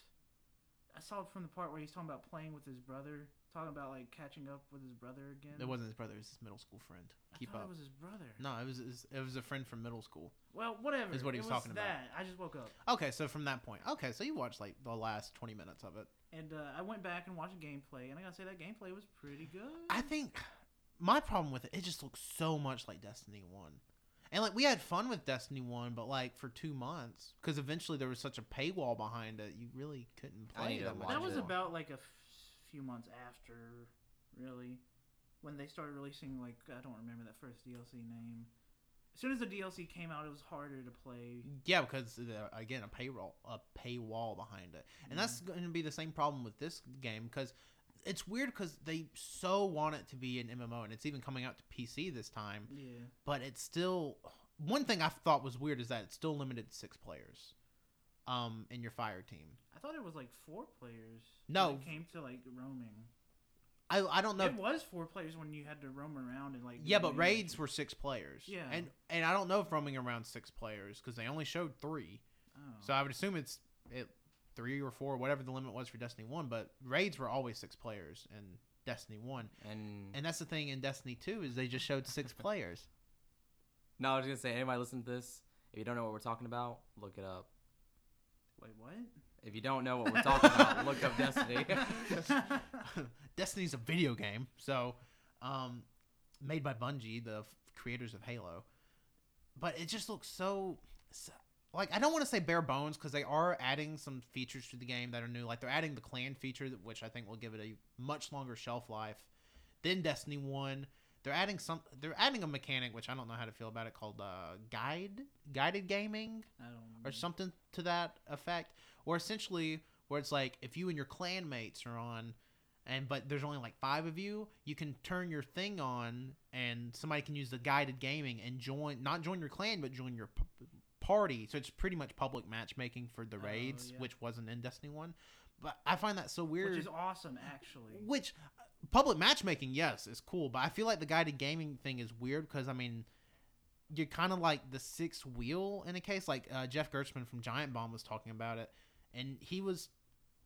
Speaker 3: I saw it from the part where he's talking about playing with his brother, talking about like catching up with his brother again.
Speaker 1: It wasn't his brother; it was his middle school friend.
Speaker 3: I
Speaker 1: Keep
Speaker 3: thought
Speaker 1: up.
Speaker 3: It was his brother.
Speaker 1: No, it was it was- it was a friend from middle school.
Speaker 3: Well, whatever.
Speaker 1: Is what he
Speaker 3: It
Speaker 1: was talking about.
Speaker 3: that. I just woke up
Speaker 1: Okay, so from that point, okay, so you watched like the last 20 minutes of it.
Speaker 3: and uh, I went back and watched the gameplay, and I gotta say that gameplay was pretty good.
Speaker 1: I think my problem with it, it just looks so much like Destiny One, and like we had fun with Destiny One, but like for two months, because eventually there was such a paywall behind it, you really couldn't
Speaker 2: I
Speaker 1: play
Speaker 2: need to
Speaker 1: that much.
Speaker 3: that was
Speaker 1: more.
Speaker 2: it.
Speaker 3: about like a f- few months after, really, when they started releasing like I don't remember that first DLC name. As soon as the DLC came out, it was harder to play.
Speaker 1: Yeah, because uh, again, a paywall, a paywall behind it, and that's
Speaker 2: Mm-hmm.
Speaker 1: going to be the same problem with this game because it's weird because they so want it to be an MMO, and it's even coming out to PC this time,
Speaker 3: Yeah.
Speaker 1: but it's still one thing I thought was weird is that it's still limited to six players, um, in your fire team.
Speaker 3: I thought it was like four players. when
Speaker 1: No.
Speaker 3: it came to like roaming.
Speaker 1: I I don't know.
Speaker 3: It was four players when you had to roam around and like.
Speaker 1: Yeah, but
Speaker 3: manage.
Speaker 1: raids were six players.
Speaker 3: Yeah.
Speaker 1: and and I don't know if roaming around six players because they only showed three.
Speaker 3: Oh.
Speaker 1: So I would assume it's it three or four, whatever the limit was for Destiny One. But raids were always six players in Destiny One,
Speaker 3: Mm.
Speaker 2: And,
Speaker 1: and that's the thing in Destiny Two is they just showed six players.
Speaker 2: no, I was gonna say, anybody listen to this? If you don't know what we're talking about, look it up.
Speaker 3: Wait, what?
Speaker 2: If you don't know what we're talking about, look up Destiny.
Speaker 1: Destiny's a video game, so um, made by Bungie, the f- creators of Halo. But it just looks so, so like I don't want to say bare bones because they are adding some features to the game that are new. Like they're adding the clan feature, that- which I think will give it a much longer shelf life than Destiny One. They're adding some. They're adding a mechanic which I don't know how to feel about it called uh, guide guided gaming
Speaker 3: I don't.
Speaker 1: or something to that effect or essentially where it's like if you and your clan mates are on and but there's only like five of you you can turn your thing on and somebody can use the guided gaming and join not join your clan but join your p- party so it's pretty much public matchmaking for the
Speaker 3: Oh,
Speaker 1: raids
Speaker 3: yeah.
Speaker 1: which wasn't in destiny 1 but i find that so weird
Speaker 3: Which is awesome, actually.
Speaker 1: which uh, public matchmaking, yes, is cool, but I feel like the guided gaming thing is weird because I mean, you're kind of like the sixth wheel in a case. Like uh, Jeff Gertzman from Giant Bomb was talking about it, and he was,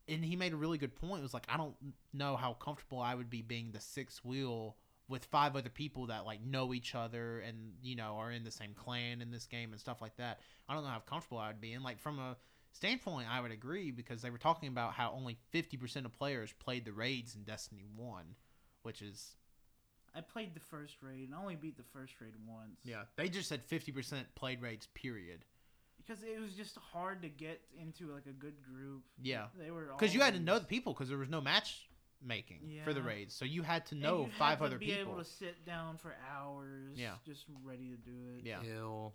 Speaker 1: and he made a really good point. It was like I don't know how comfortable I would be being the sixth wheel with five other people that like know each other and you know are in the same clan in this game and stuff like that. I don't know how comfortable I would be. And like from a standpoint, I would agree because they were talking about how only 50% of players played the raids in Destiny 1, which is.
Speaker 3: I played the first raid and I only beat the first raid once.
Speaker 1: They just said 50% played raids, period.
Speaker 3: Because it was just hard to get into like a good group.
Speaker 1: Yeah.
Speaker 3: They were
Speaker 1: Because you had to know the
Speaker 3: always-
Speaker 1: people because there was no matchmaking for the
Speaker 3: Yeah.
Speaker 1: raids. So you had to
Speaker 3: And
Speaker 1: know
Speaker 3: you had
Speaker 1: five
Speaker 3: to
Speaker 1: other
Speaker 3: be
Speaker 1: people.
Speaker 3: able to sit down for hours.
Speaker 1: Yeah.
Speaker 3: Just ready to do it.
Speaker 1: Yeah.
Speaker 2: Ew.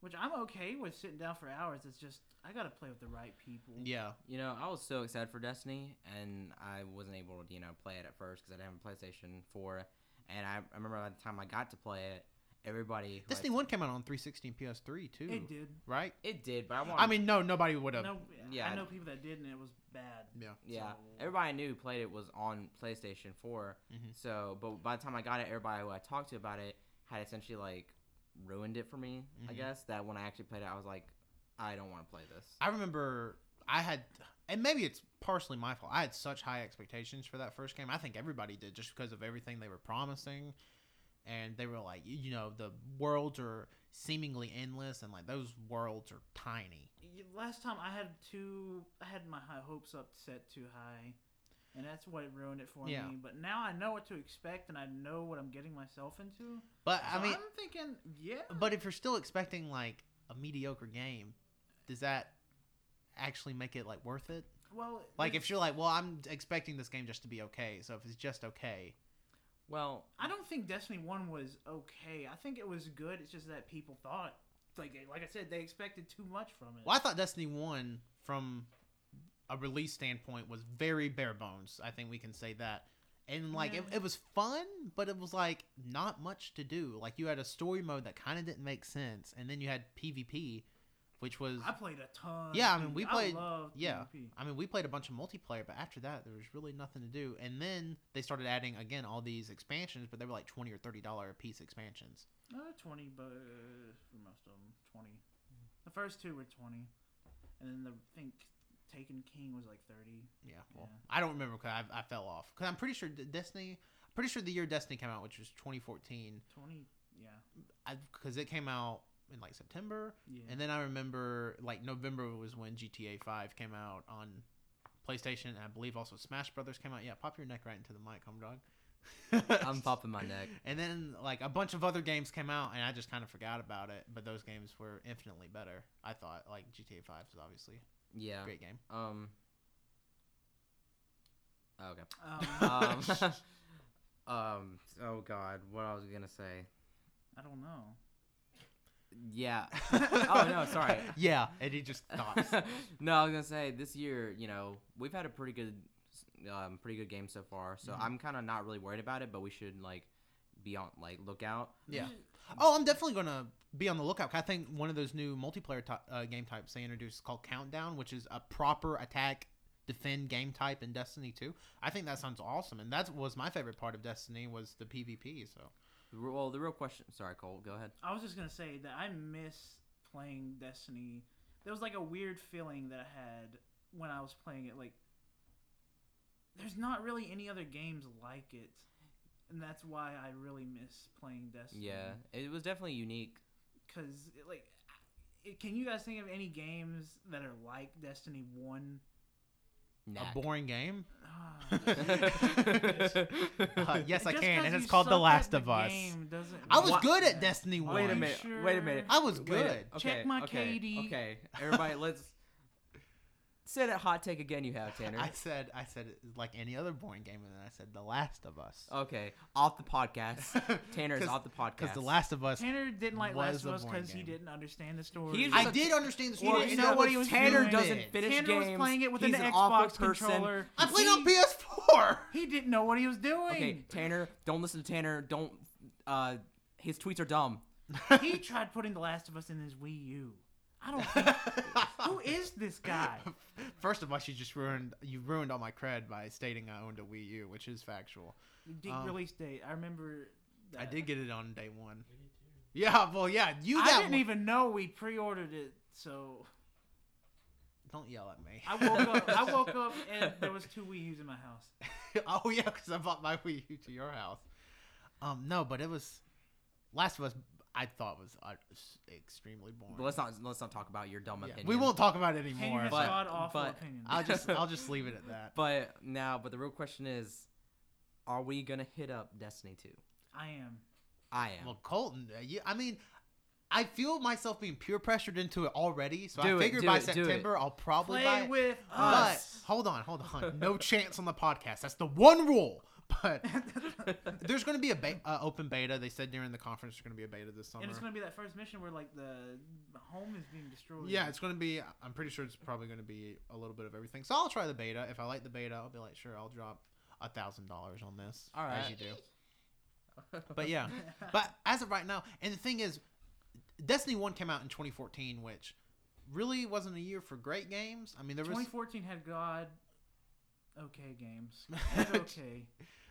Speaker 3: Which I'm okay with sitting down for hours. It's just I gotta play with the right people.
Speaker 1: Yeah.
Speaker 2: You know, I was so excited for Destiny, and I wasn't able to, you know, play it at first because I didn't have a PlayStation 4. And I, I remember by the time I got to play it, everybody. who I-
Speaker 1: Destiny 1 came out on 360 and PS3, too.
Speaker 3: It did.
Speaker 1: Right?
Speaker 2: It did, but I wanted.
Speaker 1: I mean, no, nobody would have.
Speaker 3: No,
Speaker 2: Yeah.
Speaker 3: I know people that did, and it was bad.
Speaker 1: uh, Yeah.
Speaker 2: Yeah,
Speaker 3: So-
Speaker 2: everybody I knew who played it was on PlayStation 4.
Speaker 1: Mhm.
Speaker 2: So, but by the time I got it, everybody who I talked to about it had essentially like ruined it for me. I
Speaker 1: Mhm.
Speaker 2: guess that when I actually played it, I was like, I don't want to play this.
Speaker 1: I remember I had, and maybe it's partially my fault. I had such high expectations for that first game. I think everybody did just because of everything they were promising, and they were like, you know, the worlds are seemingly endless, and like those worlds are tiny.
Speaker 3: Y- Last time I had too, I had my high hopes up set too high, and that's what ruined it for
Speaker 1: Yeah.
Speaker 3: me. But now I know what to expect, and I know what I'm getting myself into.
Speaker 1: But
Speaker 3: So
Speaker 1: I mean,
Speaker 3: I'm thinking, yeah,
Speaker 1: but if you're still expecting like a mediocre game, does that actually make it like worth it?
Speaker 3: well,
Speaker 1: Like
Speaker 3: there's-
Speaker 1: if you're like, well, I'm expecting this game just to be okay, so if it's just okay,
Speaker 2: Well,
Speaker 3: I don't think Destiny One was okay. I think it was good. It's just that people thought, like, like I said, they expected too much from it.
Speaker 1: Well, I thought Destiny One, from a release standpoint, was very bare bones. I think we can say that. And like it,
Speaker 3: Yeah.
Speaker 1: it was fun, but it was like not much to do. Like you had a story mode that kind of didn't make sense, and then you had PvP, which was
Speaker 3: I played a ton.
Speaker 1: Yeah,
Speaker 3: of
Speaker 1: I mean, we
Speaker 3: PvP.
Speaker 1: played-
Speaker 3: love
Speaker 1: yeah.
Speaker 3: PvP.
Speaker 1: I mean, we played a bunch of multiplayer, but after that, there was really nothing to do. And then they started adding again all these expansions, but they were like twenty or thirty dollar a piece expansions.
Speaker 3: Uh, 20, but uh, for most of them, 20. The first two were 20. And then the, I think Taken King was like 30.
Speaker 1: Yeah, well,
Speaker 3: Yeah.
Speaker 1: I don't remember because I, I fell off. Because I'm pretty sure Destiny, pretty sure the year Destiny came out, which was 2014.
Speaker 3: 20, yeah.
Speaker 1: because it came out in like September,
Speaker 3: Yeah.
Speaker 1: and then I remember like November was when GTA Five came out on PlayStation, and I believe also Smash Brothers came out. Yeah, pop your neck right into the mic, home dog.
Speaker 2: I'm popping my neck.
Speaker 1: And then like a bunch of other games came out, and I just kind of forgot about it. But those games were infinitely better. I thought like GTA Five is obviously
Speaker 2: Yeah.
Speaker 1: a great game.
Speaker 2: Um. oh, Okay.
Speaker 3: um,
Speaker 2: Um, um. Oh God, what I was gonna say.
Speaker 3: I don't know.
Speaker 2: Yeah. Oh, no, sorry.
Speaker 1: yeah, and he just stops.
Speaker 2: no, I was gonna say this year, you know, we've had a pretty good, um, pretty good game so far. So
Speaker 1: Mhm.
Speaker 2: I'm kind of not really worried about it, but we should like be on like lookout.
Speaker 1: Yeah. Oh, I'm definitely gonna be on the lookout. 'cause I think one of those new multiplayer ty uh, game types they introduced is called Countdown, which is a proper attack defend game type in Destiny 2. I think that sounds awesome, and that was my favorite part of Destiny was the PvP. So
Speaker 2: The re- Well, the real question. Sorry, Cole. Go ahead.
Speaker 3: I was just going to say that I miss playing Destiny. There was like a weird feeling that I had when I was playing it. Like, there's not really any other games like it. And that's why I really miss playing Destiny.
Speaker 2: Yeah, it was definitely unique.
Speaker 3: because like it- can you guys think of any games that are like Destiny One?
Speaker 2: Knack.
Speaker 1: A boring game?
Speaker 3: Ah,
Speaker 1: Uh, yes, I
Speaker 3: just
Speaker 1: can,
Speaker 3: 'cause
Speaker 1: and
Speaker 3: you
Speaker 1: it's called The
Speaker 3: suck at
Speaker 1: Last
Speaker 3: the
Speaker 1: of Us.
Speaker 3: game doesn't
Speaker 1: I was
Speaker 3: mean-
Speaker 2: Wha-
Speaker 1: good at Destiny One.
Speaker 2: Wait a
Speaker 3: Are you
Speaker 2: minute.
Speaker 3: sure?
Speaker 2: Wait a minute.
Speaker 1: I was
Speaker 2: Wait a-
Speaker 1: good.
Speaker 3: Check my
Speaker 2: okay,
Speaker 3: KD.
Speaker 2: Okay, everybody, let's say that hot take again. You have Uh, Tanner.
Speaker 1: I said I said it like any other boring game, and then I said The Last of Us.
Speaker 2: Okay, off the podcast. Tanner is Oh. off the
Speaker 1: Because
Speaker 2: podcast.
Speaker 1: The Last of Us,
Speaker 3: Tanner didn't like
Speaker 1: Was
Speaker 3: Last
Speaker 1: a
Speaker 3: of Us
Speaker 1: boring
Speaker 3: because he
Speaker 1: game.
Speaker 3: didn't understand the story.
Speaker 2: He was
Speaker 1: I
Speaker 2: just a-
Speaker 1: didn't understand the story.
Speaker 2: Well,
Speaker 1: I
Speaker 3: you
Speaker 1: didn't know
Speaker 3: know what
Speaker 1: what
Speaker 3: he was
Speaker 2: Tanner
Speaker 3: doing.
Speaker 2: doesn't
Speaker 1: it.
Speaker 2: finish
Speaker 3: Tanner was
Speaker 2: games.
Speaker 3: playing it with
Speaker 2: He's
Speaker 3: an,
Speaker 2: awful
Speaker 3: Xbox
Speaker 2: person.
Speaker 3: controller.
Speaker 1: I played
Speaker 3: he,
Speaker 1: on PS4.
Speaker 3: He didn't know what he was doing.
Speaker 2: Okay, Tanner, don't listen to Tanner. Don't. Uh, his tweets are dumb.
Speaker 3: he tried putting The Last of Us in his Wii U. I don't. Think, who is this guy?
Speaker 1: First of all, you just ruined you ruined all my cred by stating I owned a Wii U, which is factual.
Speaker 3: Deep
Speaker 1: Um,
Speaker 3: release date. I remember.
Speaker 1: I
Speaker 3: that.
Speaker 1: did get it on day one. Yeah, well, yeah, you
Speaker 3: I
Speaker 1: got
Speaker 3: didn't
Speaker 1: one.
Speaker 3: even know we pre-ordered it, so
Speaker 1: Don't yell at me.
Speaker 3: I woke up. I woke up and there was two Wii U's in my house.
Speaker 1: oh yeah, because I bought my Wii U to your house. Um, no, but it was Last of Us. I thought was uh, s- extremely boring.
Speaker 2: But let's not let's not talk about your dumb
Speaker 1: Yeah,
Speaker 2: opinion.
Speaker 1: we won't talk about it
Speaker 3: Tanner
Speaker 1: anymore.
Speaker 3: has
Speaker 1: but
Speaker 3: god awful
Speaker 2: but-
Speaker 3: opinion.
Speaker 1: I'll just I'll just leave it at that.
Speaker 2: But now, but the real question is, are we gonna hit up Destiny Two?
Speaker 3: I am.
Speaker 2: I am.
Speaker 1: Well, Colton, uh, you, I mean, I feel myself being peer pressured into it already. So
Speaker 2: Do
Speaker 1: I
Speaker 2: it,
Speaker 1: figured
Speaker 2: do
Speaker 1: by
Speaker 2: it, do it.
Speaker 1: September I'll probably buy
Speaker 3: Play
Speaker 1: it.
Speaker 3: with
Speaker 1: But
Speaker 3: us.
Speaker 1: hold on, hold on. No chance on the podcast. That's the one rule. But there's going to be a be- uh, open beta. They said during the conference there's going to be a beta this summer.
Speaker 3: And it's gonna be that first mission where like the home is being destroyed.
Speaker 1: yeah, it's going to be. I'm pretty sure it's probably going to be a little bit of everything. So I'll try the beta. If I like the beta, I'll be like, sure, I'll drop a thousand dollars on this.
Speaker 2: All
Speaker 1: as
Speaker 2: right.
Speaker 1: you do. But yeah, but as of right now, and the thing is, Destiny One came out in 2014, which really wasn't a year for great games. I mean, there was,
Speaker 3: 2014 had god. Okay, games. Had okay.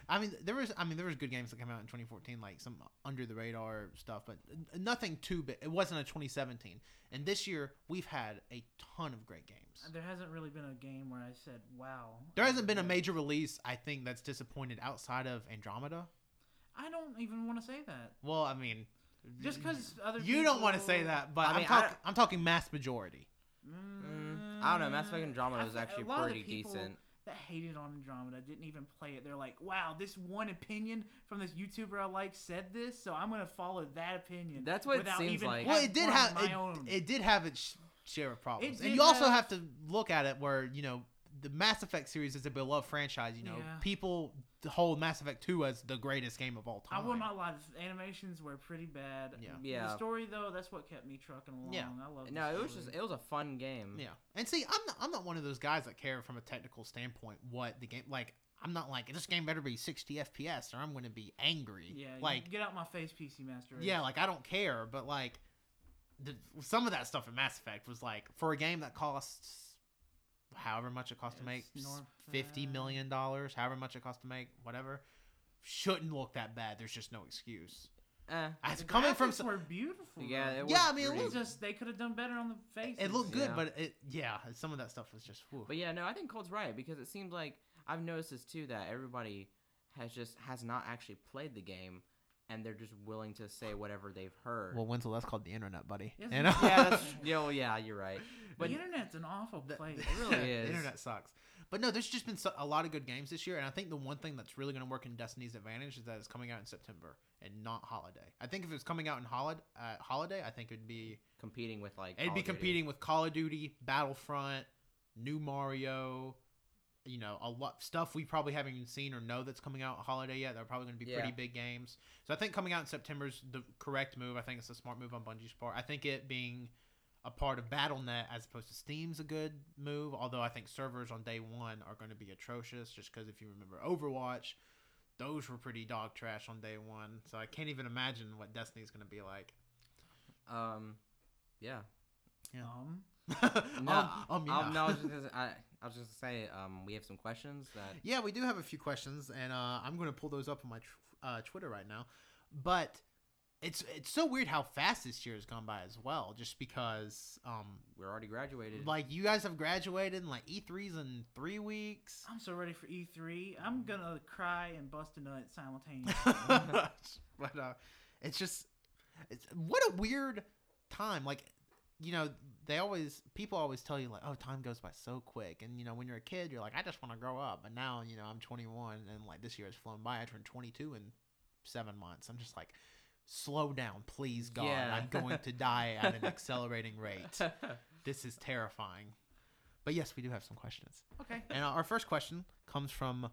Speaker 1: I mean, there was, I mean, there was good games that came out in 2014, like some under the radar stuff, but nothing too big. It wasn't a 2017, and this year we've had a ton of great games.
Speaker 3: There hasn't really been a game where I said, "Wow."
Speaker 1: There hasn't been a major release, I think, that's disappointed outside of Andromeda.
Speaker 3: I don't even want to say that.
Speaker 1: Well, I mean,
Speaker 2: Mm.
Speaker 3: Just because other
Speaker 1: you don't want to
Speaker 3: people-
Speaker 1: say that, but
Speaker 2: I
Speaker 1: I'm,
Speaker 2: mean, I
Speaker 1: talk- I'm talking mass majority.
Speaker 2: Mm, I don't know. Mass Effect Andromeda
Speaker 3: I
Speaker 2: was
Speaker 3: think
Speaker 2: actually
Speaker 3: a lot of the
Speaker 2: pretty
Speaker 3: people
Speaker 2: decent.
Speaker 3: That hated on Andromeda didn't even play it. They're like, "Wow, this one opinion from this YouTuber I like said this, so I'm gonna follow that opinion."
Speaker 2: That's what it
Speaker 3: without
Speaker 2: seems
Speaker 3: even
Speaker 2: like.
Speaker 1: well, it did
Speaker 3: one of
Speaker 1: have
Speaker 3: my
Speaker 1: it,
Speaker 3: own.
Speaker 1: it did have its sh- share of problems,
Speaker 3: It
Speaker 1: and
Speaker 3: did
Speaker 1: you also
Speaker 3: have-
Speaker 1: have to look at it where you know the Mass Effect series is a beloved franchise. You know,
Speaker 3: Yeah.
Speaker 1: people hold Mass Effect Two as the greatest game of all
Speaker 3: I
Speaker 1: time.
Speaker 3: will not lie. The animations were pretty bad.
Speaker 1: Yeah.
Speaker 2: Yeah.
Speaker 3: The story though, that's what kept me trucking along.
Speaker 1: Yeah.
Speaker 3: I love. the
Speaker 2: No, it was
Speaker 3: story.
Speaker 2: just it was a fun game.
Speaker 1: Yeah, and see, I'm not, I'm not one of those guys that care from a technical standpoint what the game like. I'm not like this game better be 60 FPS or I'm going to be angry.
Speaker 3: Yeah. you
Speaker 1: like
Speaker 3: get out my face, PC Master. Race.
Speaker 1: yeah, like I don't care, but like the, some of that stuff in Mass Effect was like for a game that costs however much it costs to make
Speaker 3: It's north-
Speaker 1: fifty million dollars, however much it costs to make whatever, shouldn't look that bad. There's just no excuse.
Speaker 2: Eh.
Speaker 1: As
Speaker 3: The
Speaker 1: coming from,
Speaker 3: graphics
Speaker 1: so-
Speaker 3: were beautiful.
Speaker 2: Yeah.
Speaker 3: though.
Speaker 2: It was
Speaker 1: Yeah, I mean, it
Speaker 2: pretty-
Speaker 1: was-
Speaker 3: just they could have done better on the face.
Speaker 1: it looked good,
Speaker 2: Yeah.
Speaker 1: but it yeah, some of that stuff was just. Whew.
Speaker 2: But yeah, no, I think Colt's right because it seems like I've noticed this too that everybody has just has not actually played the game, and they're just willing to say whatever they've heard.
Speaker 1: Well, Winslow, that's called the internet, buddy.
Speaker 3: Yes,
Speaker 1: You
Speaker 3: it is.
Speaker 1: know?
Speaker 2: yeah, that's, yeah, well, yeah, you're right. But
Speaker 3: the internet's an awful
Speaker 1: The-
Speaker 3: place.
Speaker 1: the-
Speaker 2: really
Speaker 1: the
Speaker 2: is.
Speaker 1: internet sucks. But no, there's just been so, a lot of good games this year, and I think the one thing that's really going to work in Destiny's advantage is that it's coming out in September and not holiday. I think if it was coming out in holiday, uh, holiday, I think it'd be
Speaker 2: competing with like
Speaker 1: it'd
Speaker 2: Call
Speaker 1: be
Speaker 2: of Duty.
Speaker 1: competing with Call of Duty, Battlefront, New Mario, you know, a lot stuff we probably haven't even seen or know that's coming out holiday yet. They're probably going to be pretty
Speaker 2: Yeah.
Speaker 1: big games. So I think coming out in September is the correct move. I think it's a smart move on Bungie's part. I think it being a part of BattleNet as opposed to Steam's a good move. Although I think servers on day one are going to be atrocious, just because if you remember Overwatch, those were pretty dog trash on day one. So I can't even imagine what Destiny's going to be like.
Speaker 2: Um, yeah.
Speaker 3: Um,
Speaker 2: No,
Speaker 1: Um, um, yeah.
Speaker 2: Um, no, I was just gonna, I, I was just gonna say um, we have some questions that
Speaker 1: Yeah, we do have a few questions, and uh, I'm going to pull those up on my tw- uh, Twitter right now. But it's it's so weird how fast this year has gone by as well, just because um,
Speaker 2: we're already graduated.
Speaker 1: like you guys have graduated, and like E3's in three weeks.
Speaker 3: I'm so ready for E3. I'm gonna cry and bust a nut simultaneously.
Speaker 1: but uh, it's just it's what a weird time. Like you know, they always people always tell you like, "Oh, time goes by so quick." And you know, when you're a kid, you're like, "I just want to grow up." But now, you know, I'm 21, and like this year has flown by. I turned 22 in seven months. I'm just like, "Slow down, please, God!
Speaker 2: Yeah.
Speaker 1: I'm going to die at an accelerating rate. This is terrifying." But yes, we do have some questions.
Speaker 3: Okay.
Speaker 1: And our first question comes from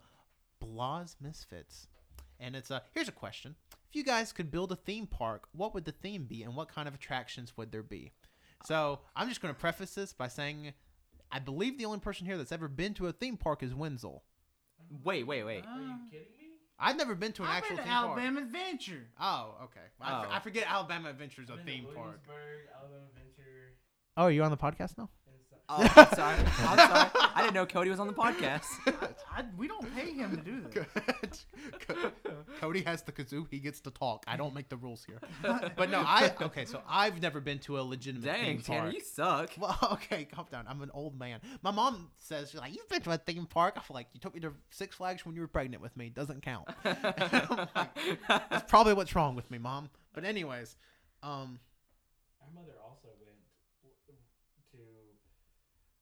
Speaker 1: Blah's Misfits. And it's a here's a question. If you guys could build a theme park, what would the theme be and what kind of attractions would there be? So, I'm just going to preface this by saying I believe the only person here that's ever been to a theme park is Wenzel.
Speaker 2: Wait, wait,
Speaker 1: Uh,
Speaker 2: wait.
Speaker 4: Are you
Speaker 3: Ah.
Speaker 4: kidding me?
Speaker 1: I've never been to an
Speaker 3: I've
Speaker 1: actual
Speaker 3: been to
Speaker 1: theme park.
Speaker 3: Alabama Adventure.
Speaker 1: Oh, okay. I, f-
Speaker 2: Oh.
Speaker 1: I forget Alabama Adventure's a
Speaker 4: I've been to
Speaker 1: theme park.
Speaker 4: Williamsburg, Alabama Adventure,
Speaker 1: Oh, are you on the podcast now?
Speaker 4: and stuff.
Speaker 2: Oh, I'm sorry. I'm sorry. I didn't know Cody was on the podcast.
Speaker 3: I, we don't pay him to do this.
Speaker 1: Good. Good. Cody has the kazoo. He gets to talk. I don't make the rules here. But no, I okay. So I've never been to a legitimate
Speaker 2: Dang,
Speaker 1: theme
Speaker 2: Tanner,
Speaker 1: park.
Speaker 2: you suck.
Speaker 1: Well, okay, calm down. I'm an old man. My mom says she's like, "You've been to a theme park." I'm like, "You took me to Six Flags when you were pregnant with me. Doesn't count." That's probably what's wrong with me, mom. But anyways, um,
Speaker 4: Our mother also went w- to.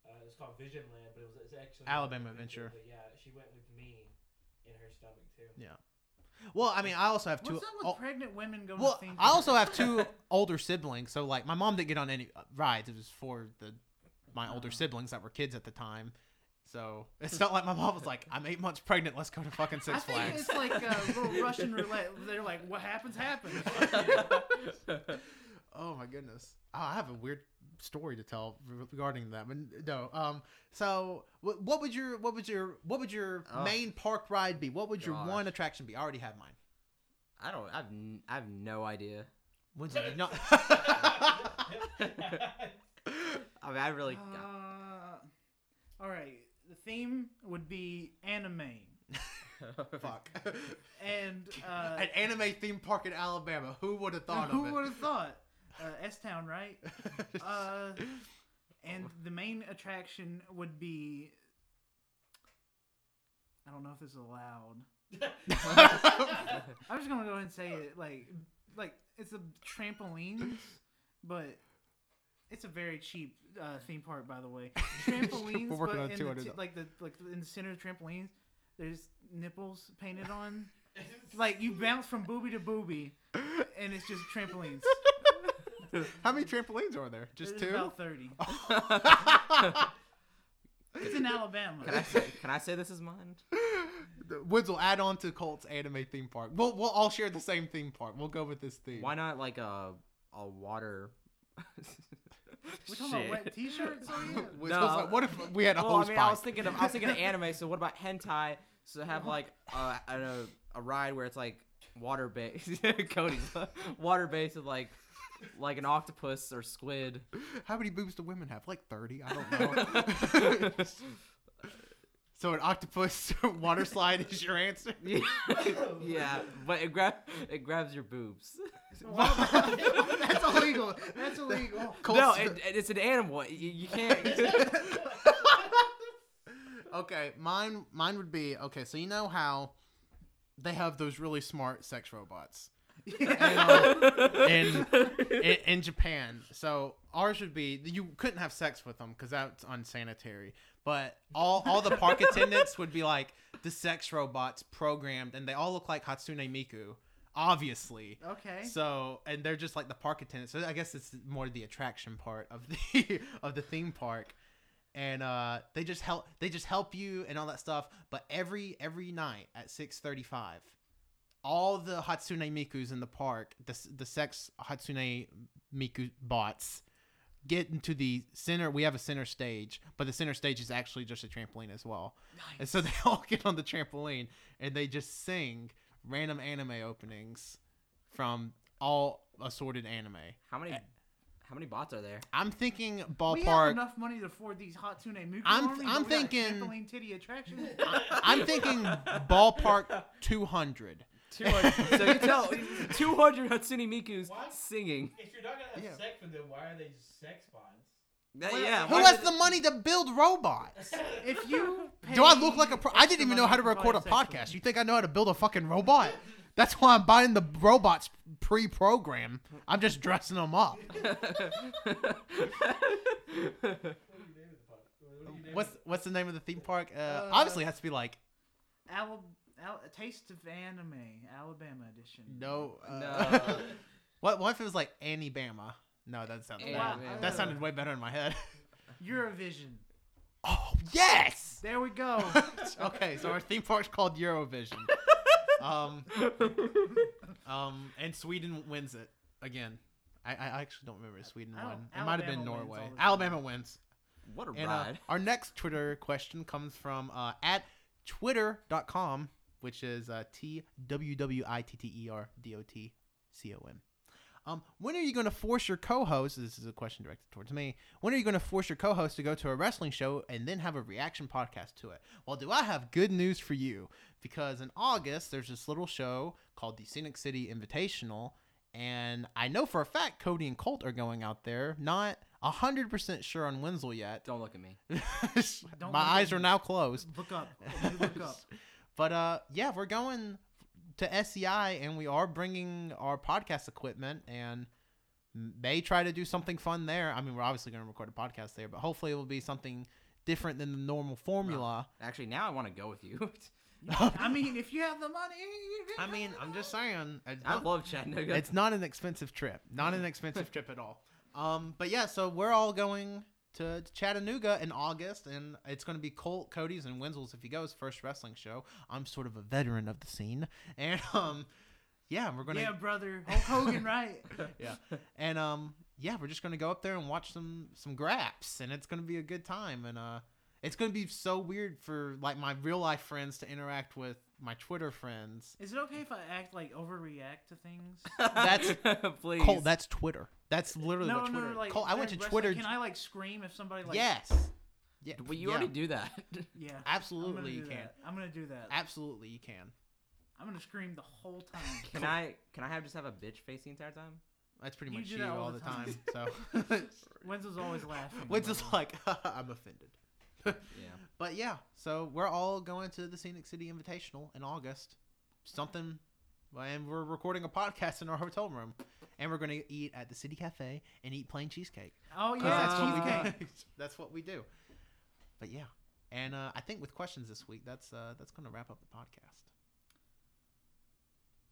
Speaker 4: Uh, it's called Visionland, but it was it's actually
Speaker 1: Alabama
Speaker 4: But yeah, she went with me in her stomach too.
Speaker 1: well, I mean, I also have two.
Speaker 3: What's up with
Speaker 1: oh,
Speaker 3: pregnant women going
Speaker 1: well,
Speaker 3: to theme
Speaker 1: I
Speaker 3: parks?
Speaker 1: also have two older siblings. So like, my mom didn't get on any uh, rides. It was for the my older
Speaker 3: Oh.
Speaker 1: siblings that were kids at the time. So it's not like my mom was like, "I'm eight months pregnant. Let's go to fucking
Speaker 3: I
Speaker 1: Six
Speaker 3: think
Speaker 1: Flags."
Speaker 3: it's like a little Russian roulette. They're like, what happens, happens.
Speaker 1: Oh my goodness. Oh, I have a weird story to tell re- regarding that. But no. Um. So, wh- what would your what would your what would your
Speaker 2: Oh.
Speaker 1: main park ride be? What would your
Speaker 2: Gosh.
Speaker 1: one attraction be? I already have mine.
Speaker 2: I don't. I've. n- I've no idea.
Speaker 1: When's it? No.
Speaker 2: I mean, I really.
Speaker 3: Uh, all right. The theme would be anime.
Speaker 1: Uh, Fuck.
Speaker 3: And uh,
Speaker 1: An anime theme park in Alabama. Who would have thought
Speaker 3: who
Speaker 1: of it?
Speaker 3: would have thought? Uh, S Town, right? Uh, and the main attraction would be. I don't know if this is allowed. I'm just gonna go ahead and say it. Like, like it's a trampolines, but it's a very cheap uh, theme park, by the way. Trampolines,
Speaker 1: We're working
Speaker 3: but
Speaker 1: on
Speaker 3: in the
Speaker 1: 200
Speaker 3: t-
Speaker 1: now.
Speaker 3: like the like in the center of trampolines, there's nipples painted on. Like you bounce from booby to booby, and it's just trampolines.
Speaker 1: How many trampolines are there? Just
Speaker 3: There's
Speaker 1: two. Oh.
Speaker 3: About thirty.
Speaker 2: got-
Speaker 3: It's in Alabama.
Speaker 2: can I say? Can I say this is mine?
Speaker 1: Woods will add on to Colt's anime theme park. We'll we'll all share the same theme park. We'll go with this theme.
Speaker 2: Why not like a a water?
Speaker 3: We're talking about
Speaker 2: Shit.
Speaker 3: wet T-shirts. are you?
Speaker 1: Woods
Speaker 2: No.
Speaker 1: was like, what if we had a
Speaker 2: Well,
Speaker 1: whole
Speaker 2: I mean, I was thinking of I was thinking of anime. So what about hentai? So have like a a, a ride where it's like water based. Cody's water based with like like an octopus or squid.
Speaker 1: How many boobs do women have? Like 30? I don't know. so an octopus water slide is your answer?
Speaker 2: yeah, yeah, but it grab it grabs your boobs.
Speaker 3: That's illegal. That's illegal.
Speaker 2: No, it, it- it's an animal. You, you can't.
Speaker 1: okay, mine mine would be okay, so you know how they have those really smart sex robots in, in in Japan. So ours would be you couldn't have sex with them because that's unsanitary. But all all the park attendants would be like the sex robots programmed, and they all look like Hatsune Miku, obviously.
Speaker 3: Okay.
Speaker 1: So and they're just like the park attendants. So I guess it's more the attraction part of the of the theme park, and uh, they just help they just help you and all that stuff. But every every night at six thirty five, all the Hatsune Miku's in the park, the s- the sex Hatsune Miku bots, get into the center. We have a center stage, but the center stage is actually just a trampoline as well. And so they all get on the trampoline and they just sing random anime openings from all assorted anime.
Speaker 2: How many how many bots are there?
Speaker 1: I'm thinking
Speaker 3: we have
Speaker 1: ballpark.
Speaker 3: enough money to afford these hot tuna Miku
Speaker 1: I'm-
Speaker 3: armies,
Speaker 1: I'm
Speaker 3: but we got
Speaker 1: thinking-
Speaker 3: trampoline titty attraction.
Speaker 1: I'm thinking ballpark 200.
Speaker 2: 200. so you tell 200 Hatsune Miku's
Speaker 4: What?
Speaker 2: singing.
Speaker 4: if you're not gonna have
Speaker 1: Yeah.
Speaker 4: sex with them, why are they sex bonds?
Speaker 2: That- yeah.
Speaker 1: Who
Speaker 2: why
Speaker 1: has
Speaker 2: did
Speaker 1: the
Speaker 2: it-
Speaker 1: money to build robots?
Speaker 3: if you
Speaker 1: Do I look
Speaker 3: pay
Speaker 1: like a pro? I
Speaker 3: extra
Speaker 1: didn't even know how to
Speaker 3: money, you
Speaker 1: record a
Speaker 3: can buy
Speaker 1: podcast. You think I know how to build a fucking robot? That's why I'm buying the robots pre-program. I'm just dressing them up.
Speaker 4: What do you name the park? What do you name
Speaker 1: What's
Speaker 4: it?
Speaker 1: what's the name of the theme park? Uh,
Speaker 3: Uh,
Speaker 1: obviously, it has to be like
Speaker 3: Al- Al- Taste of Anime, Alabama edition.
Speaker 1: no. Uh,
Speaker 2: No.
Speaker 1: what what if it was like Annie Bama? No, that sounds
Speaker 2: Annie
Speaker 1: bad.
Speaker 2: Bama.
Speaker 1: That sounded way better in my head.
Speaker 3: Eurovision.
Speaker 1: Oh yes.
Speaker 3: There we go.
Speaker 1: okay, so our theme park's called Eurovision. um, um, and Sweden wins it again. I, I actually don't remember if Sweden
Speaker 3: I don't-
Speaker 1: won. It might have been
Speaker 3: Alabama wins
Speaker 1: Norway.
Speaker 3: all the time.
Speaker 1: Alabama wins.
Speaker 2: what a
Speaker 1: And uh,
Speaker 2: ride.
Speaker 1: our next Twitter question comes from uh, at twitter.com, which is uh, T W W I T T E R D O T C O M. Um, when are you going to force your co host? This is a question directed towards me. When are you going to force your co host to go to a wrestling show and then have a reaction podcast to it? Well, do I have good news for you? Because in August, there's this little show called the Scenic City Invitational. And I know for a fact Cody and Colt are going out there. Not 100% sure on Wenzel yet.
Speaker 2: Don't look at me.
Speaker 1: My
Speaker 3: look
Speaker 1: eyes
Speaker 3: at
Speaker 1: are
Speaker 3: me.
Speaker 1: now closed.
Speaker 3: look up. Only Look up.
Speaker 1: But uh, yeah, we're going to SEI, and we are bringing our podcast equipment, and may try to do something fun there. I mean, we're obviously going to record a podcast there, but hopefully it will be something different than the normal formula.
Speaker 2: Actually, now I want to go with you.
Speaker 3: I mean, if you have the money. you can
Speaker 1: I mean,
Speaker 3: go.
Speaker 1: I'm just saying. It's
Speaker 2: I
Speaker 1: not,
Speaker 2: love Chattanooga.
Speaker 1: it's not an expensive trip. Not an expensive trip at all. Um, but yeah, so we're all going to Chattanooga in August, and it's going to be Colt, Cody's, and Wenzel's if he goes first wrestling show. I'm sort of a veteran of the scene, and um, yeah, we're gonna
Speaker 3: Yeah, brother. Hulk Hogan, right?
Speaker 1: yeah. And um yeah, we're just gonna go up there and watch some some graps and it's gonna be a good time and uh it's gonna be so weird for like my real life friends to interact with my Twitter friends.
Speaker 3: Is it okay if I act like overreact to things?
Speaker 1: that's-
Speaker 2: please.
Speaker 1: Colt, that's Twitter. That's literally
Speaker 3: no,
Speaker 1: what
Speaker 3: no,
Speaker 1: Twitter.
Speaker 3: no, like
Speaker 1: Colt, I went to
Speaker 3: wrestling,
Speaker 1: Twitter.
Speaker 3: Can I like scream if somebody like?
Speaker 1: yes. Yeah.
Speaker 2: Well, you
Speaker 1: yeah.
Speaker 2: already do that.
Speaker 3: Yeah. I'm gonna
Speaker 1: Absolutely,
Speaker 3: do
Speaker 1: you can.
Speaker 3: that. I'm gonna do that.
Speaker 1: Absolutely, you can.
Speaker 3: I'm gonna scream the whole time.
Speaker 2: Can I? Can I have just have a bitch face the entire time?
Speaker 1: That's pretty
Speaker 3: You
Speaker 1: much
Speaker 3: do
Speaker 1: you
Speaker 3: that
Speaker 1: all, the time. so,
Speaker 3: Wenzel's always laughing.
Speaker 1: which is like, I'm offended.
Speaker 2: Yeah.
Speaker 1: But yeah, so we're all going to the Scenic City Invitational in August. Something, and we're recording a podcast in our hotel room, and we're going to eat at the City Cafe and eat plain cheesecake.
Speaker 3: Oh
Speaker 1: 'Cause
Speaker 3: yeah,
Speaker 1: that's what we
Speaker 3: cheesecake.
Speaker 1: do. Uh, that's what we do. But yeah, and uh, I think with questions this week, that's uh, that's going to wrap up the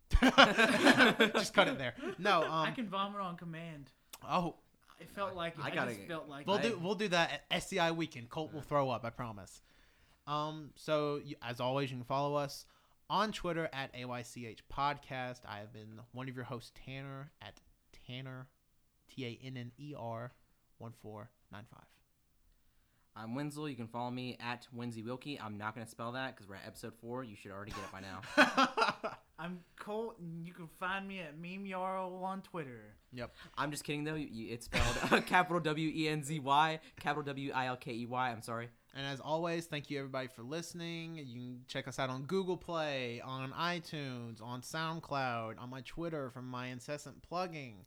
Speaker 1: podcast. Just cut it there. No, um,
Speaker 3: I can vomit on command.
Speaker 1: oh,
Speaker 3: It felt like it.
Speaker 2: I
Speaker 3: I,
Speaker 2: gotta
Speaker 3: just
Speaker 2: get-
Speaker 3: felt like
Speaker 1: We'll
Speaker 3: it.
Speaker 1: do we'll do that at SCI weekend. Colt will throw up, I promise. Um, so you, as always, you can follow us on Twitter at AYCH Podcast. I have been one of your hosts, Tanner at Tanner, T A N N E R, one four nine five.
Speaker 2: I'm Wenzel. You can follow me at Wenzy Wilkie. I'm not going to spell that because we're at episode four. You should already get it by now.
Speaker 3: I'm Colt, and you can find me at Meme Yarl on Twitter.
Speaker 2: I'm just kidding though. You, you, it's spelled uh, capital W E N Z Y, capital W I L K E Y. I'm sorry.
Speaker 1: And as always, thank you everybody for listening. You can check us out on Google Play, on iTunes, on SoundCloud, on my Twitter from my incessant plugging.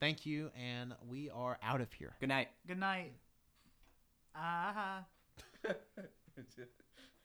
Speaker 1: Thank you, and we are out of here.
Speaker 2: Good night.
Speaker 3: Good night. Ah.